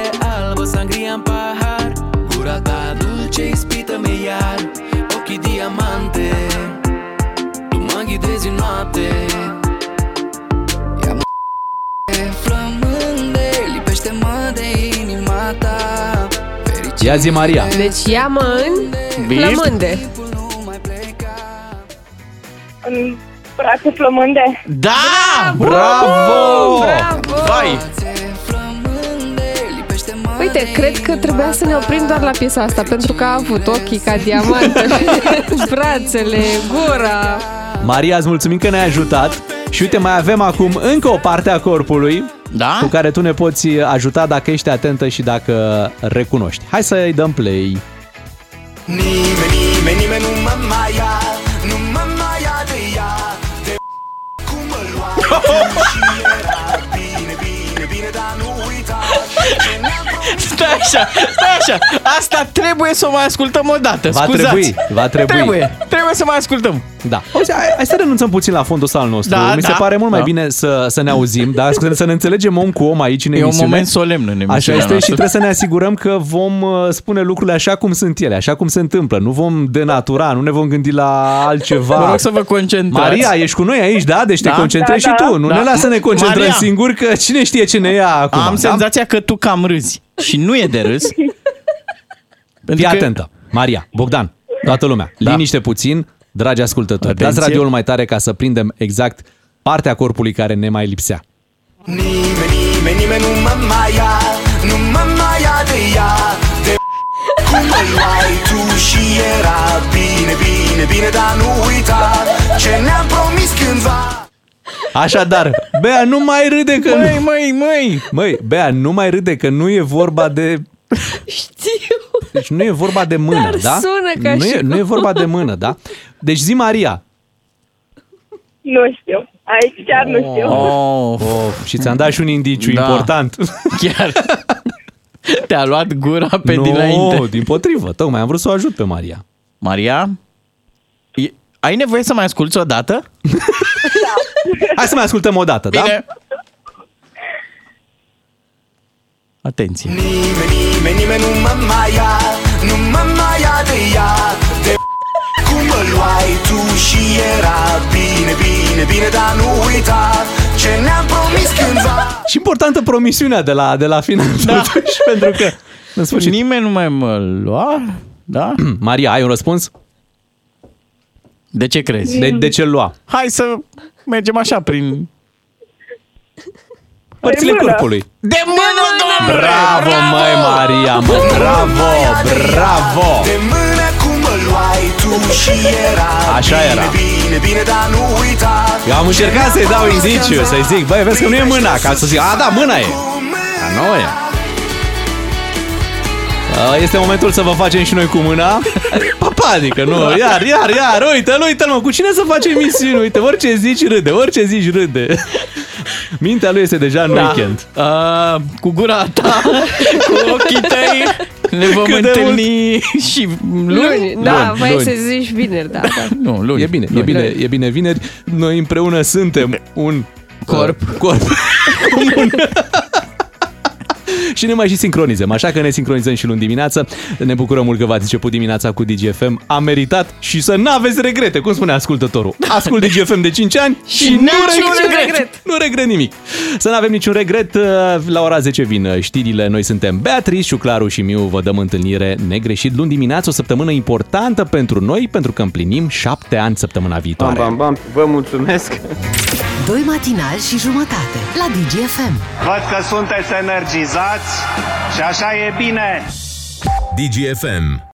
Q: albă, sangria în pahar Gura ta dulce, ispită-me iar Ochii diamante Tu mă ghidezi în noapte Ia-mă flămânde Lipește-mă de inima ta
C: Ia zi, Maria!
D: Deci ia mă în
C: Bip.
D: plămânde.
T: În brațul flămânde.
E: Da!
C: Bravo!
D: Bravo!
E: Vai!
D: Uite, cred că trebuia să ne oprim doar la piesa asta, pentru că a avut ochii ca diamante, brațele, gura.
C: Maria, îți mulțumim că ne-ai ajutat și uite, mai avem acum încă o parte a corpului
E: da?
C: cu care tu ne poți ajuta dacă ești atentă și dacă recunoști. Hai să-i dăm play.
Q: Nimeni, nimeni, nimeni nu mă mai ia Nu mă mai ia de ea De cum mă lua Și era bine, bine, bine Dar nu uita ce ne-am promis.
E: Stai așa, stai așa. Asta trebuie să o mai ascultăm o dată.
C: Va
E: scuzați.
C: trebui, va trebui.
E: Trebuie, trebuie să mai ascultăm.
C: Da. Auzi, hai, hai să renunțăm puțin la fondul ăsta al nostru.
E: Da,
C: Mi se
E: da.
C: pare mult mai
E: Da.
C: bine să, să ne auzim, dar să, să ne înțelegem om cu om aici în
E: E un
C: emisiune.
E: moment solemn în emisiunea
C: Așa este
E: noastră.
C: și trebuie să ne asigurăm că vom uh, spune lucrurile așa cum sunt ele, așa cum se întâmplă. Nu vom denatura, nu ne vom gândi la altceva.
E: Vă rog să vă concentrați.
C: Maria, ești cu noi aici, da? Deci
E: Da.
C: te concentrezi
E: Da,
C: și
E: da.
C: tu. Nu
E: Da.
C: ne lasă să ne concentrăm
E: Maria.
C: singuri, că cine știe ce ne ia acum.
E: Am
C: da?
E: senzația că tu cam râzi. Și nu e de râs.
C: Fii
E: Adică-
C: atentă. Maria, Bogdan, toată lumea, da. liniște puțin, dragi ascultători.
E: Atenție.
C: Dați radioul mai tare ca să prindem exact partea corpului care ne mai lipsea.
Q: Nimeni, nimeni, nimeni nu mă mai ia Nu mă mai ia de ea De cum mă luai tu și era Bine, bine, bine, dar nu uita Ce ne-am promis cândva
C: Așadar, Bea, nu mai râde că...
E: Măi, măi, măi!
C: Măi, Bea, nu mai râde că nu e vorba de...
D: Știu!
C: Deci nu e vorba de mână,
D: Dar
C: da?
D: sună ca
C: nu,
D: și
C: e,
D: cum.
C: nu e vorba de mână, da? Deci zi, Maria.
T: Nu știu. Aici chiar nu știu.
E: Oh,
C: of. Și ți-am dat și un indiciu
E: Da.
C: important.
E: Chiar. Te-a luat gura pe
C: nu,
E: dinainte.
C: din potrivă. Tocmai am vrut să o ajut pe Maria.
E: Maria, e- ai nevoie să mai asculti o dată?
C: Hai să mai ascultăm o dată, da?
E: Bine. Atenție.
Q: Nimeni, nimeni, nimeni nu mă mai ia Nu mă mai ia de ea De cum mă luai tu și era Bine, bine, bine, dar nu uita Ce ne-am promis cândva
C: Și importantă promisiunea de la, de la final, da. totuși, pentru că... În sfârșit.
E: Nimeni nu mai mă lua, da?
C: Hmm, Maria, ai un răspuns?
E: De ce crezi?
C: De, de ce lua?
E: Hai să mergem așa prin...
C: Părțile
E: mână.
C: corpului.
E: De mână, domnule!
C: Bravo, măi, Maria, mă, bravo, bravo!
Q: De mână cum mă luai tu și era
C: Așa
Q: bine,
C: era.
Q: Bine, bine, dar nu uita
C: Eu am încercat să-i dau indiciu, să-i zic, băi, vezi că nu e mâna, ca să zic, a, da, mâna e. Dar nu e. Uh, Este momentul să vă facem și noi cu mâna. Papa, adică nu, iar, iar, iar, uite-l, uite-l, mă, cu cine să facem emisiune? Uite, orice zici râde, orice zici râde. Mintea lui este deja în
E: Da.
C: weekend.
E: Uh, cu gura ta, cu ochii tăi, ne vom
C: Cât de
E: întâlni și luni.
D: Luni, da,
C: luni,
D: vai
C: luni.
D: să zici vineri, da. da.
E: Nu, luni.
C: E bine, e bine, e bine vineri. Noi împreună suntem un corp. Uh, corp. comun. Și ne mai și sincronizăm, așa că ne sincronizăm și luni dimineață. Ne bucurăm mult că v-ați început dimineața cu DGFM. A meritat și să n-aveți regrete, cum spune ascultătorul. Ascult DGFM de 5 ani și,
E: Și
C: nu
E: n-am
C: regret,
E: niciun regret.
C: Nu regret nimic. Să n-avem niciun regret. uh, La ora 10 vin uh, știrile. Noi suntem Beatrice, Șuclaru și Miu. Vă dăm întâlnire negreșit luni dimineață, o săptămână importantă pentru noi, pentru că împlinim 7 ani săptămâna viitoare.
U: Bam, bam, vă mulțumesc.
A: Doi matinali și jumătate la DGFM.
U: Văd că sunteți energizați și așa e bine.
B: DGFM.